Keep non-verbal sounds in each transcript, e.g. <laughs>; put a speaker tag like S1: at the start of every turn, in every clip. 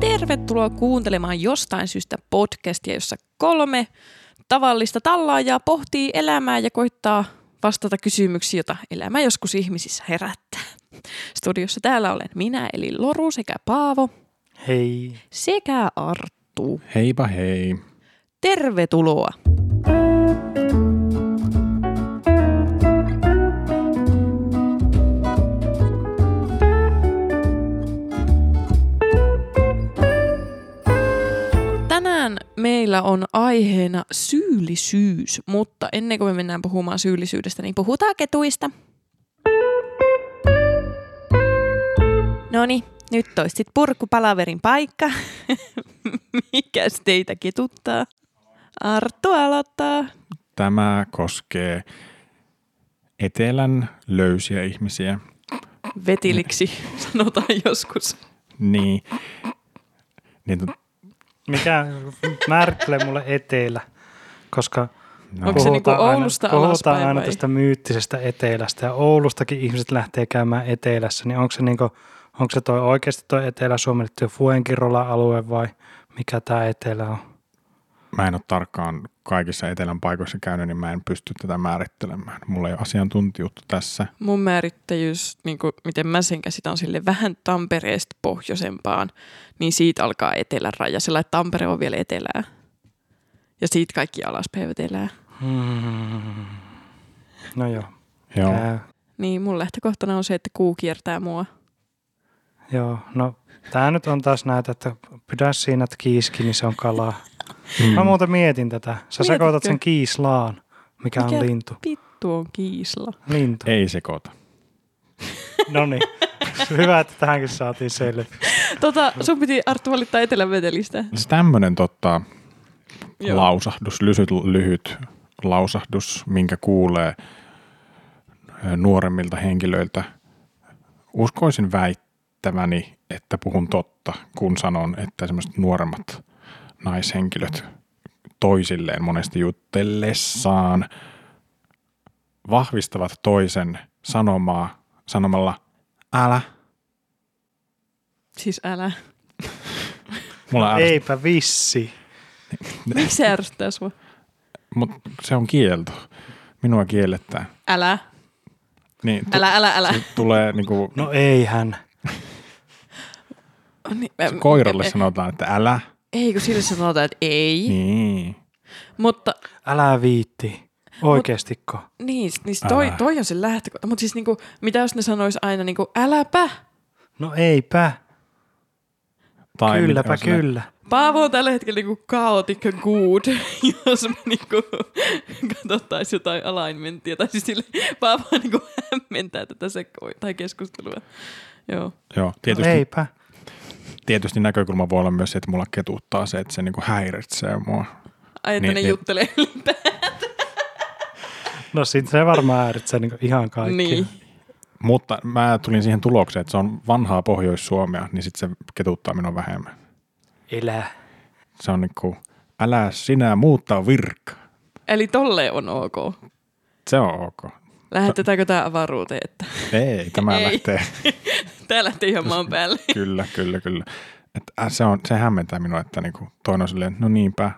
S1: tervetuloa kuuntelemaan jostain syystä podcastia, jossa kolme tavallista tallaajaa pohtii elämää ja koittaa vastata kysymyksiin, joita elämä joskus ihmisissä herättää. Studiossa täällä olen minä, eli Loru sekä Paavo
S2: Hei.
S1: sekä Arttu.
S3: Heipä hei.
S1: Tervetuloa! Tänään meillä on aiheena syyllisyys, mutta ennen kuin me mennään puhumaan syyllisyydestä, niin puhutaan ketuista. No niin, nyt olisi sit purkkupalaverin paikka. <laughs> Mikäs teitä ketuttaa? Arttu aloittaa.
S3: Tämä koskee etelän löysiä ihmisiä.
S1: Vetiliksi <laughs> sanotaan joskus.
S3: Niin, niin tu-
S2: Mikä määrittelee mulle etelä? Koska
S3: no,
S1: Onko se niinku Oulusta
S2: aina, puhutaan
S1: alaspäin
S2: aina
S1: vai?
S2: tästä myyttisestä etelästä ja Oulustakin ihmiset lähtee käymään etelässä, niin onko se, niinku, onko se toi oikeasti toi Etelä-Suomen tuo Fuenkirolan alue vai mikä tämä etelä on?
S3: mä en ole tarkkaan kaikissa etelän paikoissa käynyt, niin mä en pysty tätä määrittelemään. Mulla ei ole asiantuntijuutta tässä.
S1: Mun määrittäjyys, niin kuin miten mä sen käsitän, on sille vähän Tampereesta pohjoisempaan, niin siitä alkaa etelän raja. Sillä että Tampere on vielä etelää. Ja siitä kaikki alaspäin etelää.
S2: Hmm. No joo,
S3: Joo.
S2: joo. Käy.
S1: Niin mun lähtökohtana on se, että kuu kiertää mua.
S2: joo. No tämä nyt on taas näitä, että pidä siinä että kiiski, niin se on kalaa.
S3: Mm.
S2: Mä muuten mietin tätä. Sä
S1: Mietitkö?
S2: sekoitat sen kiislaan, mikä, mikä? on
S1: Mikä?
S2: lintu.
S1: Vittu on kiisla.
S2: Lintu.
S3: Ei sekoita.
S2: No niin. <laughs> Hyvä, että tähänkin saatiin selvä.
S1: Tota, sun piti Arttu valittaa etelän vetelistä.
S3: Se tämmöinen tota,
S1: Joo.
S3: lausahdus, lyhyt, lyhyt lausahdus, minkä kuulee ö, nuoremmilta henkilöiltä. Uskoisin väittäväni, että puhun totta, kun sanon, että semmoiset nuoremmat naishenkilöt toisilleen monesti jutellessaan vahvistavat toisen sanomaa sanomalla älä.
S1: Siis älä.
S3: Mulla ärsyttää,
S2: Eipä vissi.
S1: Miksi se ärsyttää sua?
S3: mutta se on kielto. Minua kiellettää.
S1: Älä.
S3: Niin, tu-
S1: Älä, älä, älä.
S3: se tulee niinku
S2: No eihän.
S1: Niin,
S3: Se koiralle sanotaan, että älä.
S1: Ei, kun sille sanotaan, että ei. Niin.
S3: Niin.
S1: Mutta
S2: Älä viitti. Oikeestikko.
S1: niin, niin toi,
S3: Älä.
S1: toi on se lähtökohta. Mutta siis niinku, mitä jos ne sanois aina niinku, äläpä.
S2: No eipä.
S3: Tai
S2: Kylläpä
S3: mitä sinä-
S2: kyllä.
S1: Paavo on tällä hetkellä niinku chaotic good, <laughs> jos me niinku <laughs> katsottais jotain alignmenttia. Tai siis sille, Paavo niinku hämmentää tätä seko- tai keskustelua. Joo.
S3: Joo,
S2: No
S3: tietysti, Ei.
S2: eipä.
S3: tietysti näkökulma voi olla myös se, että mulla ketuttaa se, että se niinku häiritsee mua.
S1: Ai, että
S3: Niin,
S1: ne
S3: niin.
S1: juttelee <laughs>
S2: No sit se varmaan ääritsee niinku ihan kaikki.
S1: Niin.
S3: Mutta mä tulin siihen tulokseen, että se on vanhaa Pohjois-Suomea, niin sitten se ketuttaa minua vähemmän.
S2: Elä.
S3: Se on niinku, älä sinä muuttaa virka.
S1: Eli tolleen on ok.
S3: Se on ok.
S1: Lähetetäänkö tämä avaruuteen, että <laughs>
S3: Ei, tämä
S1: Ei.
S3: lähtee.
S1: tämä lähtee ihan maan päälle.
S3: Kyllä, kyllä, kyllä. Et, äh, se, on, se hämmentää minua, että niinku, toinen on silleen, no niinpä,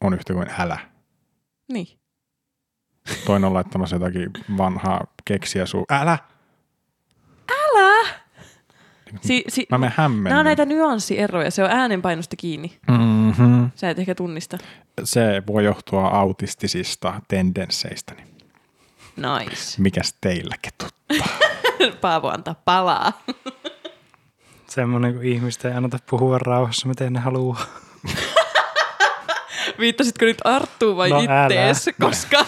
S3: on yhtä kuin älä.
S1: Niin.
S3: Toinen on laittamassa jotakin vanhaa keksiä suu. Älä!
S1: Si, si,
S3: Mä menen hämmennyt.
S1: nämä on näitä nyanssieroja, se on äänenpainosta kiinni.
S3: Mm-hmm.
S1: Sä et ehkä tunnista.
S3: Se voi johtua autistisista tendensseistä. niin
S1: Nice.
S3: Mikäs teillä ketut?
S1: Paavo antaa palaa.
S2: Semmoinen, kun ihmistä ei anneta puhua rauhassa, miten ne haluaa.
S1: Viittasitko nyt Arttuun vai
S2: No
S1: no,
S2: älä.
S1: ittees? Koska,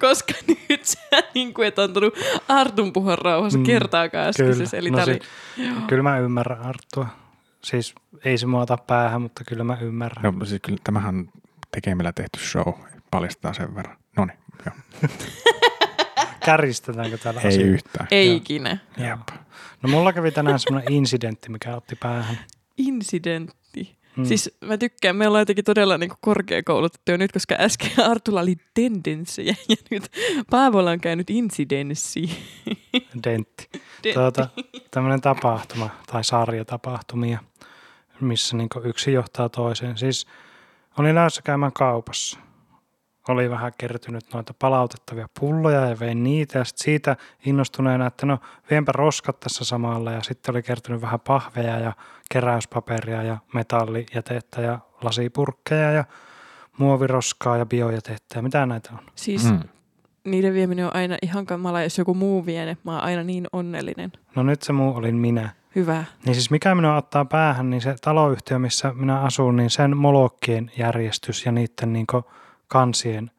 S1: koska nyt sä niin kuin et antanut Artun puhua rauhassa mm, kertaakaan äskeisessä. Eli no,
S2: no
S1: oli,
S2: sit, kyllä mä ymmärrän Arttua. Siis ei se mua ota päähän, mutta kyllä mä ymmärrän.
S3: No siis kyllä tämähän on tekemällä tehty show. Paljastaa sen verran. No niin,
S2: Kärjistetäänkö täällä
S3: ei
S2: asioita?
S3: yhtään.
S1: ei ikinä.
S3: Jep.
S2: No mulla kävi tänään semmoinen incidentti, mikä otti päähän.
S1: Incidentti. Mm. Siis mä tykkään, me ollaan jotenkin todella niin korkeakoulutettuja nyt, koska äsken Artulla oli tendenssejä ja nyt Paavolla on käynyt insidenssi.
S2: Dentti.
S1: Dentti.
S2: Tuota, tämmöinen tapahtuma tai sarja tapahtumia. missä niin yksi johtaa toiseen. Siis oli lähdössä käymään kaupassa. Oli vähän kertynyt noita palautettavia pulloja ja vein niitä ja sit siitä innostuneena, että no vienpä roskat tässä samalla ja sitten oli kertynyt vähän pahveja ja keräyspaperia ja metallijätettä ja lasipurkkeja ja muoviroskaa ja biojätettä ja mitä näitä on.
S1: Siis mm. niiden vieminen on aina ihan kamala, jos joku muu vie ne. Mä oon aina niin onnellinen.
S2: No nyt se muu olin minä.
S1: Hyvä.
S2: Niin siis mikä minua ottaa päähän, niin se taloyhtiö, missä minä asun, niin sen molokkien järjestys ja niiden niin kansien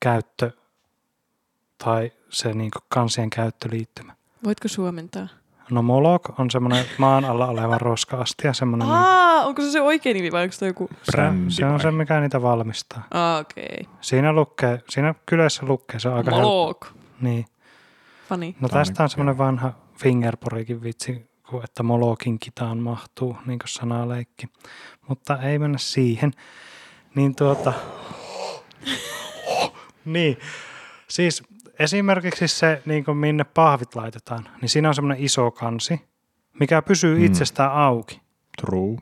S2: käyttö tai se niin kansien käyttöliittymä.
S1: Voitko suomentaa?
S2: No molok on semmoinen maan alla oleva roska-astia, semmoinen niin,
S1: Aa, onko se se oikea nimi vai onko se joku?
S3: Brändi
S2: se, se on
S3: vai?
S2: se, mikä niitä valmistaa.
S1: Aa, okei.
S2: Siinä lukee, siinä kylässä lukee, se on aika
S1: Okay.
S2: helppo.
S1: Molok.
S2: Niin.
S1: Funny.
S2: No
S3: Tää
S2: tästä
S3: on
S2: on
S3: niinku-
S2: semmoinen vanha fingerporikin vitsi, kun että molokin kitaan mahtuu, niin kuin sanaleikki. Mutta ei mennä siihen. Niin tuota... niin. Siis esimerkiksi se, niin kuin minne pahvit laitetaan, niin siinä on semmoinen iso kansi, mikä pysyy
S3: Mm.
S2: itsestään auki.
S3: True.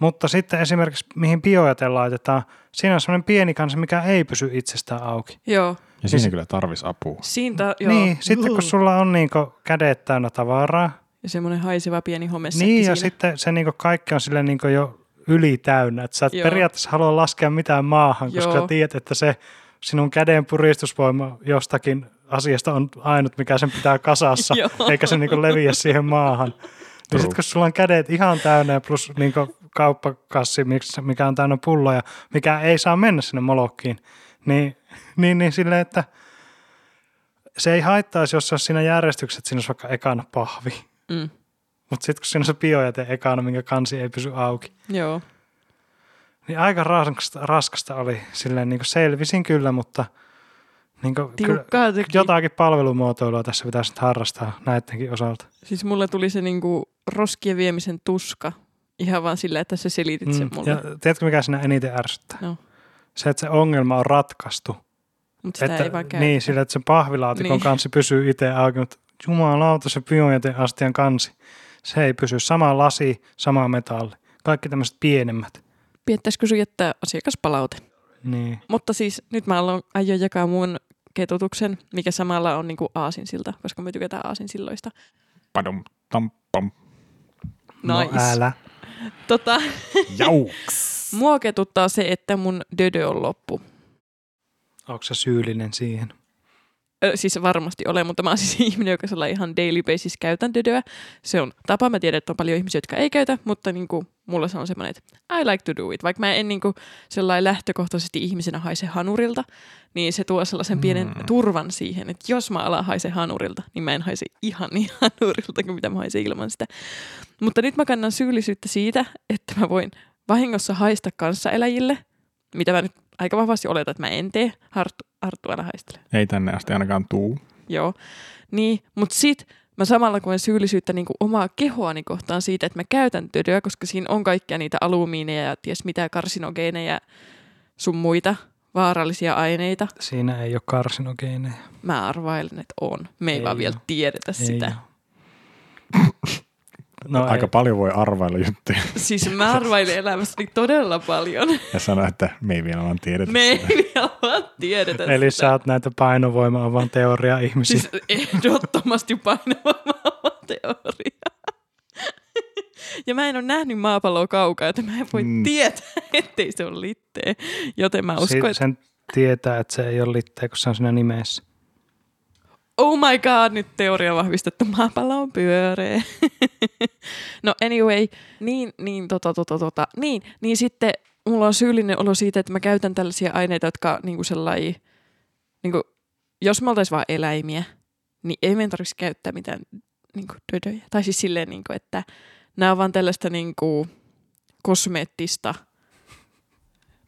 S2: Mutta sitten esimerkiksi mihin biojäte laitetaan, siinä on semmoinen pieni kansi, mikä ei pysy itsestään auki.
S1: Joo.
S3: Ja
S2: Siis-
S3: siinä kyllä tarvis apua.
S1: Siinä ta- joo.
S2: Niin, sitten kun sulla on niin kädet täynnä tavaraa,
S1: Ja semmoinen haiseva pieni homesäkki
S2: Niin,
S1: siinä.
S2: ja sitten se niin kaikki on sille niin jo yli täynnä, että sä et
S1: Joo.
S2: periaatteessa halua laskea mitään maahan, Joo.
S1: Joo.
S2: koska tiedät, että se sinun käden puristusvoima jostakin asiasta on ainut, mikä sen pitää kasassa,
S1: <laughs> Joo.
S2: eikä se niin leviä siihen maahan. Niin
S3: True.
S2: sitten kun sulla on kädet ihan täynnä ja plus niin kauppakassi, miks- mikä on täynnä pulloja, mikä ei saa mennä sinne molokkiin, niin, niin, niin silleen, että se ei haittaisi, jos se olisi siinä järjestyksessä, että siinä olisi vaikka ekana pahvi.
S1: Mm.
S2: Mutta sitten kun siinä on se biojäte ekana, minkä kansi ei pysy auki,
S1: Joo.
S2: niin aika raskasta, raskasta oli. Silleen niin selvisin kyllä, mutta niin kyllä,
S1: Tiukkaa teki.
S2: jotakin palvelumuotoilua tässä pitäisi nyt harrastaa näidenkin osalta.
S1: Siis mulla tuli se niinku roskien viemisen tuska. Ihan vaan sillä, että sä selitit sen mulle.
S2: Mm. Ja tiedätkö, mikä sinä eniten ärsyttää?
S1: No.
S2: Se, että se ongelma on ratkaistu.
S1: Mutta sitä
S2: että,
S1: ei vaan käy.
S2: niin, sillä, että se pahvilaatikon
S1: Niin.
S2: niin. kansi pysyy itse auki, mutta jumalauta se biojäteen astian kansi. Se ei pysy. Sama lasi, sama metalli. Kaikki tämmöiset pienemmät.
S1: Piettäisikö sun jättää asiakaspalaute?
S2: Niin.
S1: Mutta siis nyt mä aloin, aion jakaa mun ketutuksen, mikä samalla on niinku aasinsilta, koska me tykätään aasinsilloista.
S3: Padum, tampam,
S2: No
S1: Nice.
S2: älä.
S1: Tota,
S2: <laughs>
S3: jauks.
S1: mua ketuttaa se, että mun dödö on loppu.
S2: Onko se syyllinen siihen?
S1: Ö, siis varmasti olen, mutta mä oon siis <laughs> ihminen, joka sellainen ihan daily basis käytän dödöä. Se on tapa, mä tiedän, että on paljon ihmisiä, jotka ei käytä, mutta niin kuin mulla se on semmoinen, että I like to do it. Vaikka mä en niin kuin sellainen lähtökohtaisesti ihmisenä haise hanurilta, niin se tuo sellaisen pienen
S3: Mm.
S1: turvan siihen, että jos mä alan haise hanurilta, niin mä en haise ihan niin <laughs> hanurilta kuin mitä mä haisen ilman sitä. Mutta nyt mä kannan syyllisyyttä siitä, että mä voin vahingossa haista kanssaeläjille, mitä mä nyt aika vahvasti oletan, että mä en tee. Harttu, Harttu älä haistele.
S3: Ei tänne asti ainakaan tuu.
S1: Joo. Niin, mutta sit mä samalla koen syyllisyyttä niin kuin omaa kehoani kohtaan siitä, että mä käytän tödöä, koska siinä on kaikkia niitä alumiineja ja ties mitä karsinogeeneja sun muita vaarallisia aineita.
S2: Siinä ei ole karsinogeeneja.
S1: Mä arvailen, että on. Me ei,
S2: Ei
S1: vaan vielä
S2: oo.
S1: tiedetä
S2: Ei
S1: sitä.
S2: oo. No
S3: Aika
S2: Aika ei.
S3: paljon voi arvailla juttuja
S1: <laughs> Siis mä arvailen elämässäni todella paljon.
S3: ja sanoa, että me ei vielä vaan tiedetä.
S1: Me ei vielä vaan tiedetä
S2: Eli
S1: sitä.
S2: sä oot näitä painovoimaa vaan teoria ihmisiä.
S1: Siis ehdottomasti painava teoria. Ja mä en ole nähnyt maapalloa kaukaa, että mä en voi mm.
S3: Mm.
S1: tietää, ettei se ole litteä. Joten mä uskon, että
S2: sen tietää, että se ei ole litteä, kun se on siinä nimessä.
S1: oh my god, nyt teoria on vahvistettu, maapallo on pyöreä. <laughs> no anyway, niin, niin, tota, tota, tota, niin, niin sitten mulla on syyllinen olo siitä, että mä käytän tällaisia aineita, jotka niinku sellainen, niinku, jos me oltais vaan eläimiä, niin ei meidän tarvitsisi käyttää mitään niinku, dödöjä. Tai siis silleen, niinku, että nämä on vaan tällaista niinku, kosmeettista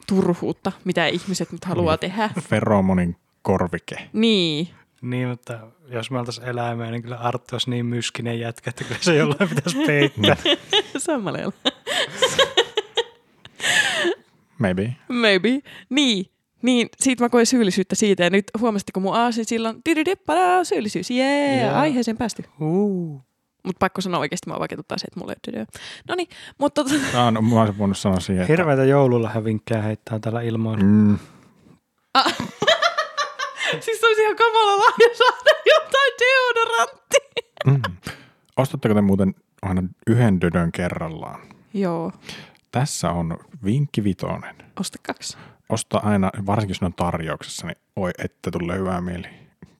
S1: turhuutta, mitä ihmiset nyt haluaa tehdä.
S3: Feromonin korvike.
S1: Niin,
S2: Niin, mutta jos me oltaisiin eläimiä, niin kyllä Arttu olisi niin myskinen jätkä, että kyllä se jollain pitäisi
S1: <laughs>
S2: peittää.
S1: Niin. samalla lailla.
S3: Maybe.
S1: Maybe. Niin. Niin, siitä mä koin syyllisyyttä siitä. Ja nyt huomasitteko mun aasin silloin, tiridippala, syyllisyys, jee, yeah.
S2: Joo.
S1: aiheeseen päästy.
S2: Uu.
S1: Mutta pakko sanoa oikeasti, mä vaikeuttaa se, että mulla ei ole No niin, mutta tota,
S3: Tämä on, mä olisin voinut sanoa siihen, että...
S2: Hirveitä joululahjavinkkejä heittää täällä ilmoilla.
S3: Mm,
S1: siis olisi ihan kamala lahja saada jotain deodoranttia.
S3: mm. Ostatteko te muuten aina yhden dödön kerrallaan?
S1: Joo,
S3: Tässä on vinkki vitonen.
S1: osta kaksi.
S3: Osta aina, varsinkin jos ne on tarjouksessa, niin oi, että tulee hyvää mieli,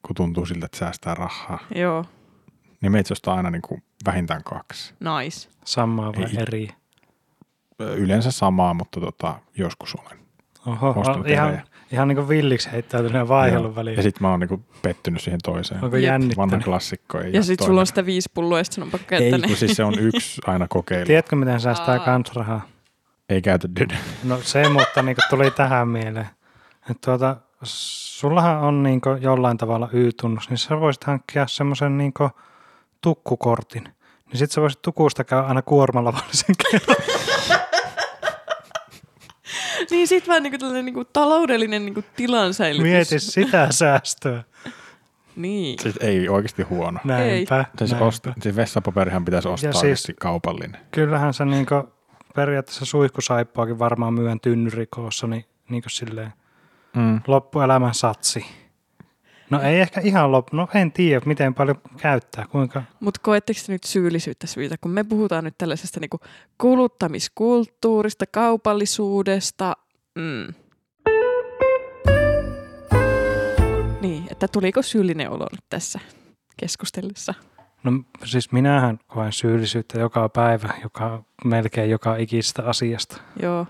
S3: kun tuntuu siltä, että säästää rahaa.
S1: Joo,
S3: Niin meitä ostaa aina niin kuin vähintään kaksi.
S1: nice.
S2: Samaa vai
S3: Ei.
S2: eri?
S3: Ö, Yleensä samaa, mutta tota, joskus olen.
S2: Oho,
S3: Ostanut
S2: o- ihan,
S3: erejä.
S2: ihan niin kuin villiksi heittäytyneen vaihelun
S3: Ja
S2: väliin.
S3: sitten mä oon niin kuin pettynyt siihen toiseen.
S2: Onko
S1: Jep.
S2: jännittänyt?
S3: Vanha klassikko ei
S1: Ja
S3: jää
S1: sit sulla
S3: toimeen.
S1: on sitä viisi pulloa, ja sit sun on pakko käyttää
S3: Ei,
S1: ne.
S3: kun siis se on yksi aina kokeilu.
S2: Tiedätkö, miten säästää
S1: Aa.
S2: kans rahaa?
S3: Ei käytä dödö.
S2: No se, mutta niin tuli tähän mieleen. Et tuota, sullahan on niin jollain tavalla Y-tunnus, niin sä voisit hankkia semmoisen niin tukkukortin. Niin sit sä voisit tukusta käydä aina kuormalla <laughs> varsin
S1: Niin sit vähän niinku tällainen niinku taloudellinen niinku tilansäilytys.
S2: Mieti sitä säästöä.
S1: Niin.
S3: Siis ei oikeasti huono.
S2: Näinpä.
S3: Siis,
S2: näinpä.
S3: osta, siis vessapaperihan pitäisi ostaa
S2: siis-
S3: siis... oikeasti kaupallinen.
S2: Kyllähän se niin periaatteessa suihkusaippaakin varmaan myön tynnyrikoossa, niin, niin silleen
S3: Mm.
S2: loppuelämän satsi. No ei ehkä ihan loppu, no en tiedä miten paljon käyttää, kuinka
S1: Mutta koetteko te nyt syyllisyyttä syytä, kun me puhutaan nyt tällaisesta niinku kuluttamiskulttuurista, kaupallisuudesta. Mm. Niin, että tuliko syyllinen olo nyt tässä keskustelussa?
S2: No siis minähän koen syyllisyyttä joka päivä, joka, melkein joka ikistä asiasta.
S1: Joo,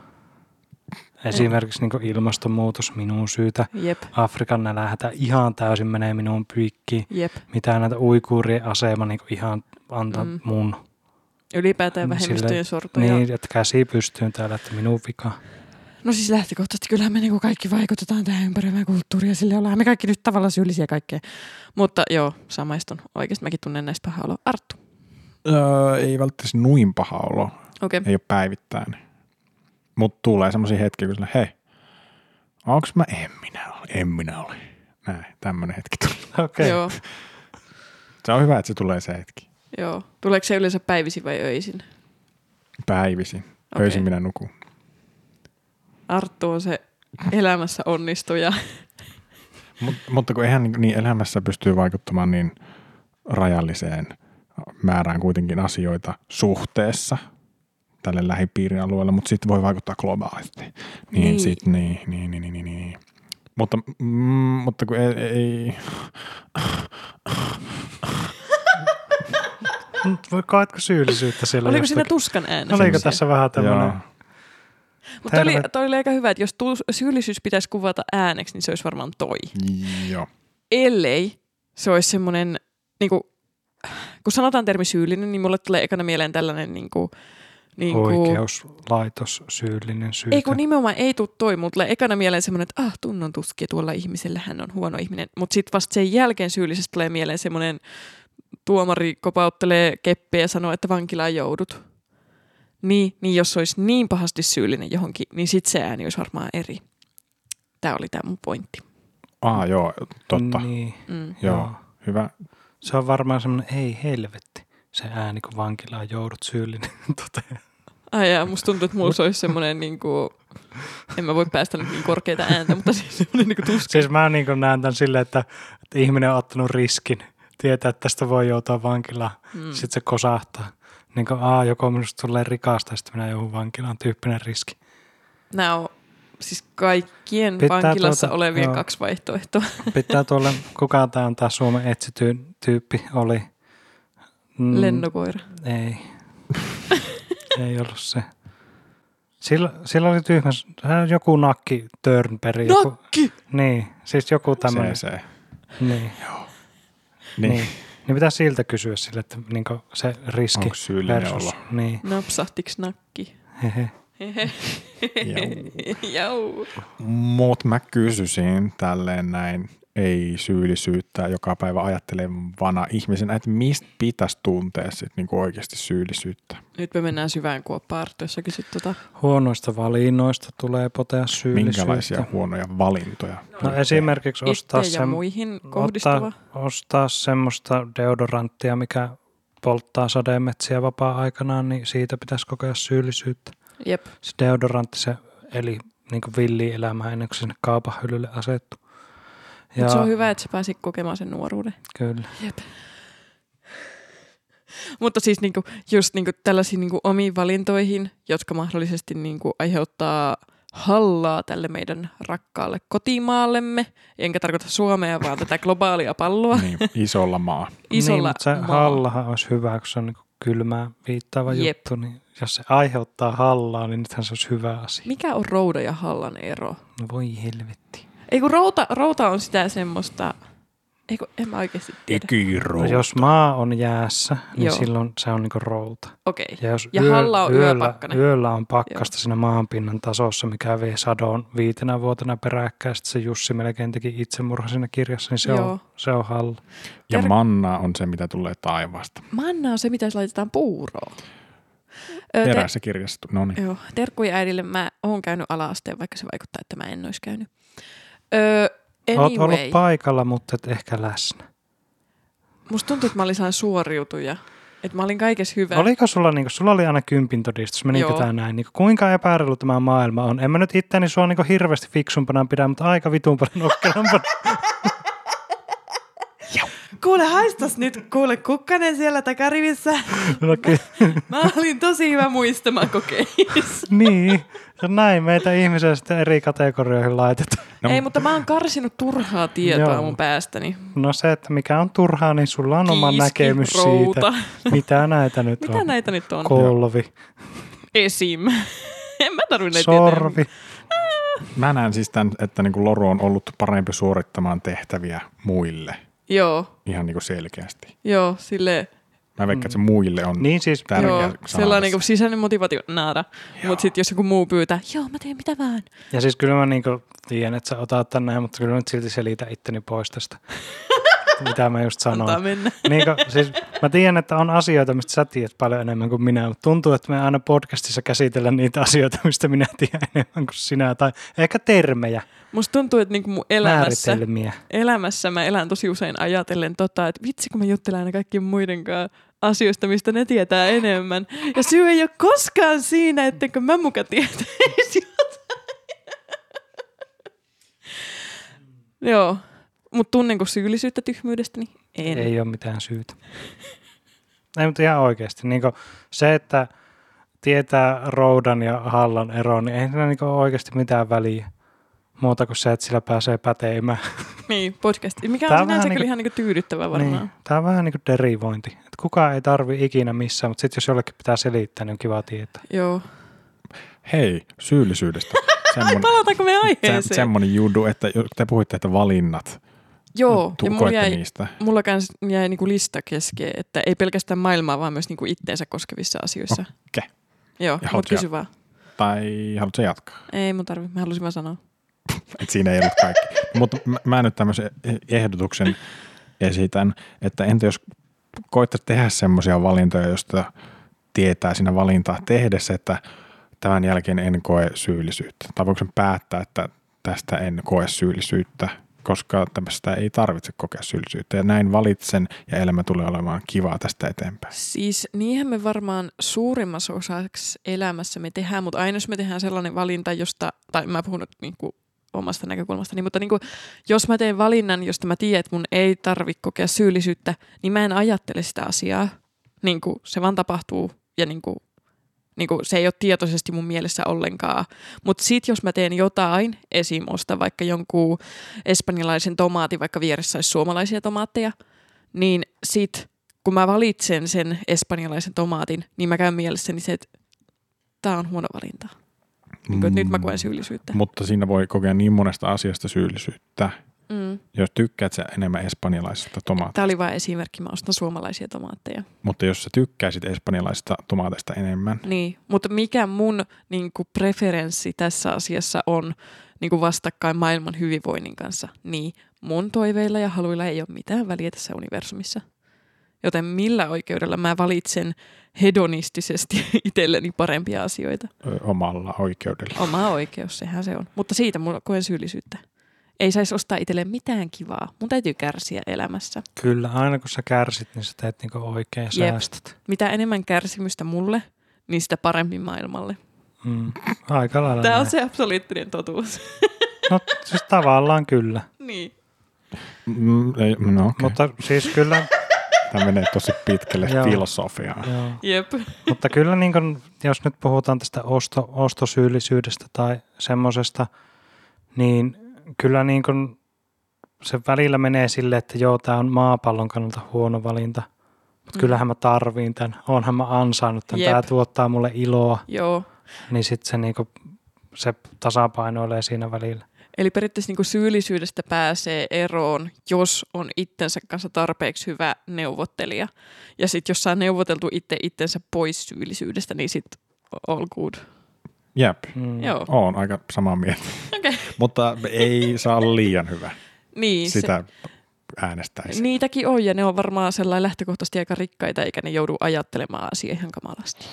S2: Esimerkiksi niin ilmastonmuutos minun syytä.
S1: jep,
S2: Afrikan nälhätä ihan täysin menee minun pyikkiin.
S1: jep.
S2: Mitä näitä uikuurien asema niin ihan antaa
S1: Mm.
S2: mm. mun.
S1: Ylipäätään
S2: Niin
S1: vähemmistöjen
S2: silleen-
S1: sortoja.
S2: Niin, että käsi pystyyn täällä, että minun vika.
S1: No siis lähtökohtaisesti kyllähän me niinku kaikki vaikutetaan tähän ympäröivään kulttuuriin ja sille ollaan me kaikki nyt tavallaan syyllisiä kaikkeen. Mutta joo, samaistun. Oikeasti mäkin tunnen näistä pahaa oloa. Arttu.
S3: Öö, ei välttämättä nuin paha olo.
S1: Okei. Okay.
S3: Ei ole päivittäin. Mutta tulee semmoisia hetkiä, kun sillä, hei, onks mä, en minä ole, en minä ole. Näin, tämmönen hetki
S2: Okei,
S3: tulee.
S2: okay.
S1: Joo,
S3: Se on hyvä, että se tulee se hetki.
S1: joo. Tuleeko se yleensä päivisin vai öisin?
S3: Päivisin.
S1: Okei.
S3: Okay. Öisin minä nukun.
S1: Arttu on se elämässä onnistuja.
S3: Mut, mutta kun eihän niin elämässä pystyy vaikuttamaan niin rajalliseen määrään kuitenkin asioita suhteessa tälle lähipiirin alueelle, mutta sitten voi vaikuttaa globaalisti. Niin,
S1: Niin.
S3: niin. sit niin, niin, niin, niin, niin, niin. Mutta, mm, mutta kun ei, ei
S2: voi koetko syyllisyyttä siellä
S1: Oliko siinä
S2: jostakin?
S1: tuskan ääni?
S2: Oliko tässä vähän tämmöinen?
S3: joo.
S1: Mutta toi, oli-
S2: terve-
S1: toi oli aika hyvä, että jos tuus, syyllisyys pitäisi kuvata ääneksi, niin se olisi varmaan toi.
S3: Joo.
S1: ellei se olisi semmoinen, niin kuin, kun sanotaan termi syyllinen, niin mulle tulee ekana mieleen tällainen niin kuin, niin kuin,
S2: Oikeuslaitos, syyllinen syytä.
S1: ei kun nimenomaan ei tule toi, mutta tulee ekana mieleen semmoinen, että ah, tunnon tuskia tuolla ihmisellä, hän on huono ihminen. Mutta sitten vasta sen jälkeen syyllisestä tulee mieleen semmoinen, tuomari kopauttelee keppiä ja sanoo, että vankilaan joudut. Niin, niin jos olisi niin pahasti syyllinen johonkin, niin sitten se ääni olisi varmaan eri. Tämä oli tämä mun pointti.
S3: Ah, joo, totta. Niin.
S2: Niin.
S1: Mm.
S3: Joo.
S2: joo.
S3: Hyvä.
S2: Se on varmaan semmoinen, ei helvetti, se ääni, kun vankilaan joudut syyllinen toteaa.
S1: Ai jaa, musta tuntuu, että mulla se olisi semmoinen, niin kuin, en mä voi päästä nyt niin korkeita ääntä, mutta siis semmoinen niin tuska.
S2: <laughs> Siis mä niin näen tämän silleen, että, että ihminen on ottanut riskin, tietää, että tästä voi joutua vankilaan,
S1: Mm.
S2: mm. sitten se kosahtaa. Niin kuin, Aa, joko minusta tulee rikasta, sitten minä joudun vankilaan, tyyppinen riski.
S1: Nämä on siis kaikkien
S2: Pitää
S1: Pitää vankilassa
S2: tuota-
S1: olevien
S2: joo.
S1: kaksi vaihtoehtoa.
S2: Pitää tuolle, kuka tämä on tämä Suomen etsityin tyyppi oli?
S1: Mm.
S2: Mm,
S1: Lennokoira.
S2: Ei. <laughs> ei ollut se. Sillä, sillä oli tyhmä, äh, joku nakki Törnberg. Joku,
S1: Nakki!
S2: Niin, siis joku tämmöinen.
S3: Se, se.
S2: Niin,
S3: Niin.
S2: niin. niin pitää siltä kysyä sille, että niin se riski
S3: Onko syyllinen
S2: versus. <laughs>
S3: olla?
S2: Niin,
S1: Napsahtiks nakki? <laughs>
S2: hehe.
S1: Hehe. Jau.
S3: Mut mä kysyisin tälleen näin, ei syyllisyyttä joka päivä ajattelevana ihmisenä, että mistä pitäisi tuntea sit niinku oikeasti syyllisyyttä.
S1: Nyt me mennään syvään kuoppaan, Arttu, jos sä kysyt tota.
S2: Huonoista valinnoista tulee potea syyllisyyttä.
S3: Minkälaisia huonoja valintoja? <laughs>
S2: No esimerkiksi ostaa,
S1: Itteen ja
S2: sem-
S1: muihin kohdistuva.
S2: ottaa, ostaa semmoista deodoranttia, mikä polttaa sademetsiä vapaa-aikanaan, niin siitä pitäisi kokea syyllisyyttä.
S1: Jep.
S2: Se deodorantti se eli niin villi elämää ennen kuin se sinne kaupan hyllylle asettu.
S1: Ja... Se on hyvä, että sä pääsit kokemaan sen nuoruuden.
S2: Kyllä. Niin,
S1: Jep. Mutta siis niinku, just niinku tällaisiin niinku omiin valintoihin, jotka mahdollisesti niinku aiheuttaa hallaa tälle meidän rakkaalle kotimaallemme. Enkä tarkoita Suomea, vaan tätä globaalia palloa
S3: Niin, isolla maa.
S2: niin,
S1: isolla
S2: mutta se
S1: maalla.
S2: hallahan olisi hyvä, kun se on niin kylmää viittaava
S1: Jep.
S2: juttu. Niin jos se aiheuttaa hallaa, niin nythän se olisi hyvä asia.
S1: Mikä on rouda ja hallan ero?
S2: No voi helvetti.
S1: Ei kun routa, routa on sitä semmoista, ei kun en mä oikeasti tiedä.
S3: Ikiru.
S2: No, jos maa on jäässä, niin
S1: Joo.
S2: silloin se on niin routa.
S1: Okei,
S2: Ja jos
S1: Ja halla on
S2: yöllä,
S1: yöpakkanen.
S2: yöllä on pakkasta siinä maanpinnan tasossa, mikä vei sadoon viitenä vuotena peräkkäin, sitten se Jussi melkein teki itsemurhan siinä kirjassa, niin se,
S1: Joo.
S2: on, se on halla.
S3: Ja
S1: Ter-
S3: manna on se, mitä tulee taivaasta.
S1: manna on se, mitä laitetaan puuroon. Ö, te-
S3: Eräässä kirjassa. No niin.
S1: Joo, terkkuja äidille. Mä oon käynyt ala-asteen, vaikka se vaikuttaa, että mä en ois käynyt. Öö,
S2: Oot ollut
S1: anyway,
S2: paikalla, mutta et ehkä läsnä.
S1: musta tuntuu, että mä olin sellainen suoriutuja. Että mä olin kaikessa hyvä.
S2: Oliko sulla, niin kuin, sulla oli aina kympin todistus, menikö
S1: Joo.
S2: tämä näin? Niin kuin, kuinka epäreilu tämä maailma on? En mä nyt itteeni sua niin kuin, hirveästi fiksumpana pidä, mutta aika vitun
S1: <laughs>
S2: paljon nokkelampana.
S1: Kuule, haistas nyt, kuule kukkanen siellä takarivissä.
S2: No ky-
S1: Mä olin tosi hyvä muistamaan kokeissa.
S2: niin, ja näin meitä ihmisiä sitten eri kategorioihin laitetaan.
S3: No,
S1: Ei, mutta mä oon karsinut turhaa tietoa
S2: Joo.
S1: mun päästäni.
S2: No se, että mikä on turhaa, niin sulla on oma
S1: Kiiski,
S2: näkemys
S1: routa.
S2: siitä, mitä näitä nyt
S1: Mitä
S2: on.
S1: näitä nyt on?
S2: Kolvi,
S1: Esim. <laughs> en mä tarvi näitä
S2: sorvi.
S3: Mä näen siis tämän, että niin Loru on ollut parempi suorittamaan tehtäviä muille.
S1: tietää. Joo,
S3: Ihan niin kuin selkeästi.
S1: joo, silleen.
S3: Mä veikkaan,
S1: Mm.
S3: että se muille on
S2: Niin siis,
S3: tärkeä
S1: Joo,
S3: sana
S1: sellainen
S3: tässä.
S1: kuin sisäinen motivaatio, naada. Mutta sitten jos joku muu pyytää, joo mä teen mitä vaan.
S2: ja siis kyllä mä niin tiedän, että sä otat tän näin, mutta kyllä mä nyt silti selitä itteni
S1: <laughs>
S2: pois tästä. mitä mä just sanoin.
S1: Antaa mennä.
S2: Niin kuin, siis, mä tiedän, että on asioita, mistä sä tiedät paljon enemmän kuin minä, mutta tuntuu, että me aina podcastissa käsitellään niitä asioita, mistä minä tiedän enemmän kuin sinä, tai ehkä termejä,
S1: Musta tuntuu, että niinku mun elämässä,
S2: määritelmiä.
S1: elämässä mä elän tosi usein ajatellen tota, että vitsi kun mä juttelen aina kaikkien muiden kanssa asioista, mistä ne tietää enemmän. Ja syy ei ole koskaan siinä, ettenkö mä muka tietäisi jotain. <laughs> Joo, mutta tunnenko syyllisyyttä tyhmyydestäni? En.
S2: Ei. ole mitään syytä. Ei, mutta ihan oikeasti. Niin se, että tietää Roudan ja Hallan eron, niin ei sillä niin oikeasti mitään väliä. Muuta kuin se, että sillä pääsee päteimään.
S1: Niin, podcast. Mikä
S2: Tää
S1: on
S2: on vähän
S1: sinänsä
S2: niinku-
S1: kyllä ihan niinku tyydyttävää varmaan.
S2: Niin. Tämä on vähän niin kuin derivointi. Et kukaan ei tarvi ikinä missään, mutta sitten jos jollekin pitää selittää, niin on kiva tietää.
S1: Joo.
S3: Hei,
S1: <laughs>
S3: syyllisyydestä. Semmonen,
S1: Palataanko me aiheeseen?
S3: se, semmonen judu, että jos te puhuitte, että valinnat.
S1: Joo, ja mulla
S3: koette
S1: jäi,
S3: niistä.
S1: mulla kans jäi niinku lista keskeen, että ei pelkästään maailmaa, vaan myös niinku itteensä koskevissa asioissa.
S3: Okei.
S1: Joo,
S3: Ja haluat
S1: mutta kysy vaan.
S3: Tai haluatko jatkaa?
S1: Ei mun tarvi, mä halusin vaan sanoa.
S3: Et siinä ei ollut kaikki. Mutta mä, mä nyt tämmöisen ehdotuksen esitän, että entä jos koittaa tehdä semmoisia valintoja, joista tietää siinä valintaa tehdessä, että tämän jälkeen en koe syyllisyyttä. Tai voiko sen päättää, että tästä en koe syyllisyyttä, koska tämmöistä ei tarvitse kokea syyllisyyttä. Ja näin valitsen ja elämä tulee olemaan kivaa tästä eteenpäin.
S1: Siis niinhän me varmaan suurimmassa osaksi elämässä me tehdään, mutta aina jos me tehdään sellainen valinta, josta, tai mä puhun nyt niinku omasta näkökulmastani, mutta niinku, jos mä teen valinnan, josta mä tiedän, että mun ei tarvi kokea syyllisyyttä, niin mä en ajattele sitä asiaa. Niinku, se vaan tapahtuu ja niinku, niinku, se ei ole tietoisesti mun mielessä ollenkaan. Mutta sit jos mä teen jotain, esim. ostan vaikka jonkun espanjalaisen tomaatin, vaikka vieressä olisi suomalaisia tomaatteja, niin sit kun mä valitsen sen espanjalaisen tomaatin, niin mä käyn mielessäni se, että tämä on huono valinta. Niin kuin, että nyt mä
S3: Mm.
S1: koen syyllisyyttä.
S3: Mutta siinä voi kokea niin monesta asiasta syyllisyyttä.
S1: Mm.
S3: Jos tykkäät sä enemmän espanjalaisesta tomaatista.
S1: Tämä oli vain esimerkki, mä ostan suomalaisia tomaatteja.
S3: Mutta jos sä tykkäisit espanjalaisista tomaateista enemmän,
S1: Niin, mutta mikä mun niin kuin preferenssi tässä asiassa on niin kuin vastakkain maailman hyvinvoinnin kanssa, niin mun toiveilla ja haluilla ei ole mitään väliä tässä universumissa. Joten millä oikeudella mä valitsen hedonistisesti <laughs> itselleni parempia asioita?
S3: ö, omalla oikeudella.
S1: Oma oikeus, sehän se on. Mutta siitä mulla koen syyllisyyttä. Ei saisi ostaa itselleen mitään kivaa. Mun täytyy kärsiä elämässä.
S2: Kyllä, aina kun sä kärsit, niin sä teet niinku oikein ja
S1: Jep.
S2: säästät.
S1: Mitä enemmän kärsimystä mulle, niin sitä paremmin maailmalle.
S2: Mm. Aika lailla.
S1: Tämä on
S2: näin.
S1: se absoluuttinen totuus.
S2: No siis tavallaan kyllä.
S1: <laughs> niin.
S3: Mm, ei, no okay. Mutta...
S2: Mutta siis kyllä,
S3: Tämä menee tosi pitkälle
S2: Joo.
S3: filosofiaan.
S2: <laughs> joo.
S1: Jep.
S2: Mutta kyllä niin kun, jos nyt puhutaan tästä osto, ostosyyllisyydestä tai semmoisesta, niin kyllä niin kun se välillä menee silleen, että joo, tämä on maapallon kannalta huono valinta, mutta
S1: Mm.
S2: kyllähän mä tarviin tämän, onhan mä ansainnut tämän,
S1: Jep.
S2: tämä tuottaa mulle iloa,
S1: Joo.
S2: niin sitten se, niin kun, se tasapainoilee siinä välillä.
S1: Eli periaatteessa niin syyllisyydestä pääsee eroon, jos on itsensä kanssa tarpeeksi hyvä neuvottelija. Ja sitten jos saa neuvoteltu itse itsensä pois syyllisyydestä, niin sitten all good.
S3: Jep,
S2: Mm.
S1: Joo.
S3: oon aika samaa mieltä.
S1: Okei.
S3: Mutta ei saa olla liian hyvä.
S1: Niin, se-
S3: Sitä äänestäisi.
S1: Niitäkin on ja ne on varmaan sellainen lähtökohtaisesti aika rikkaita, eikä ne joudu ajattelemaan asiaa ihan kamalasti.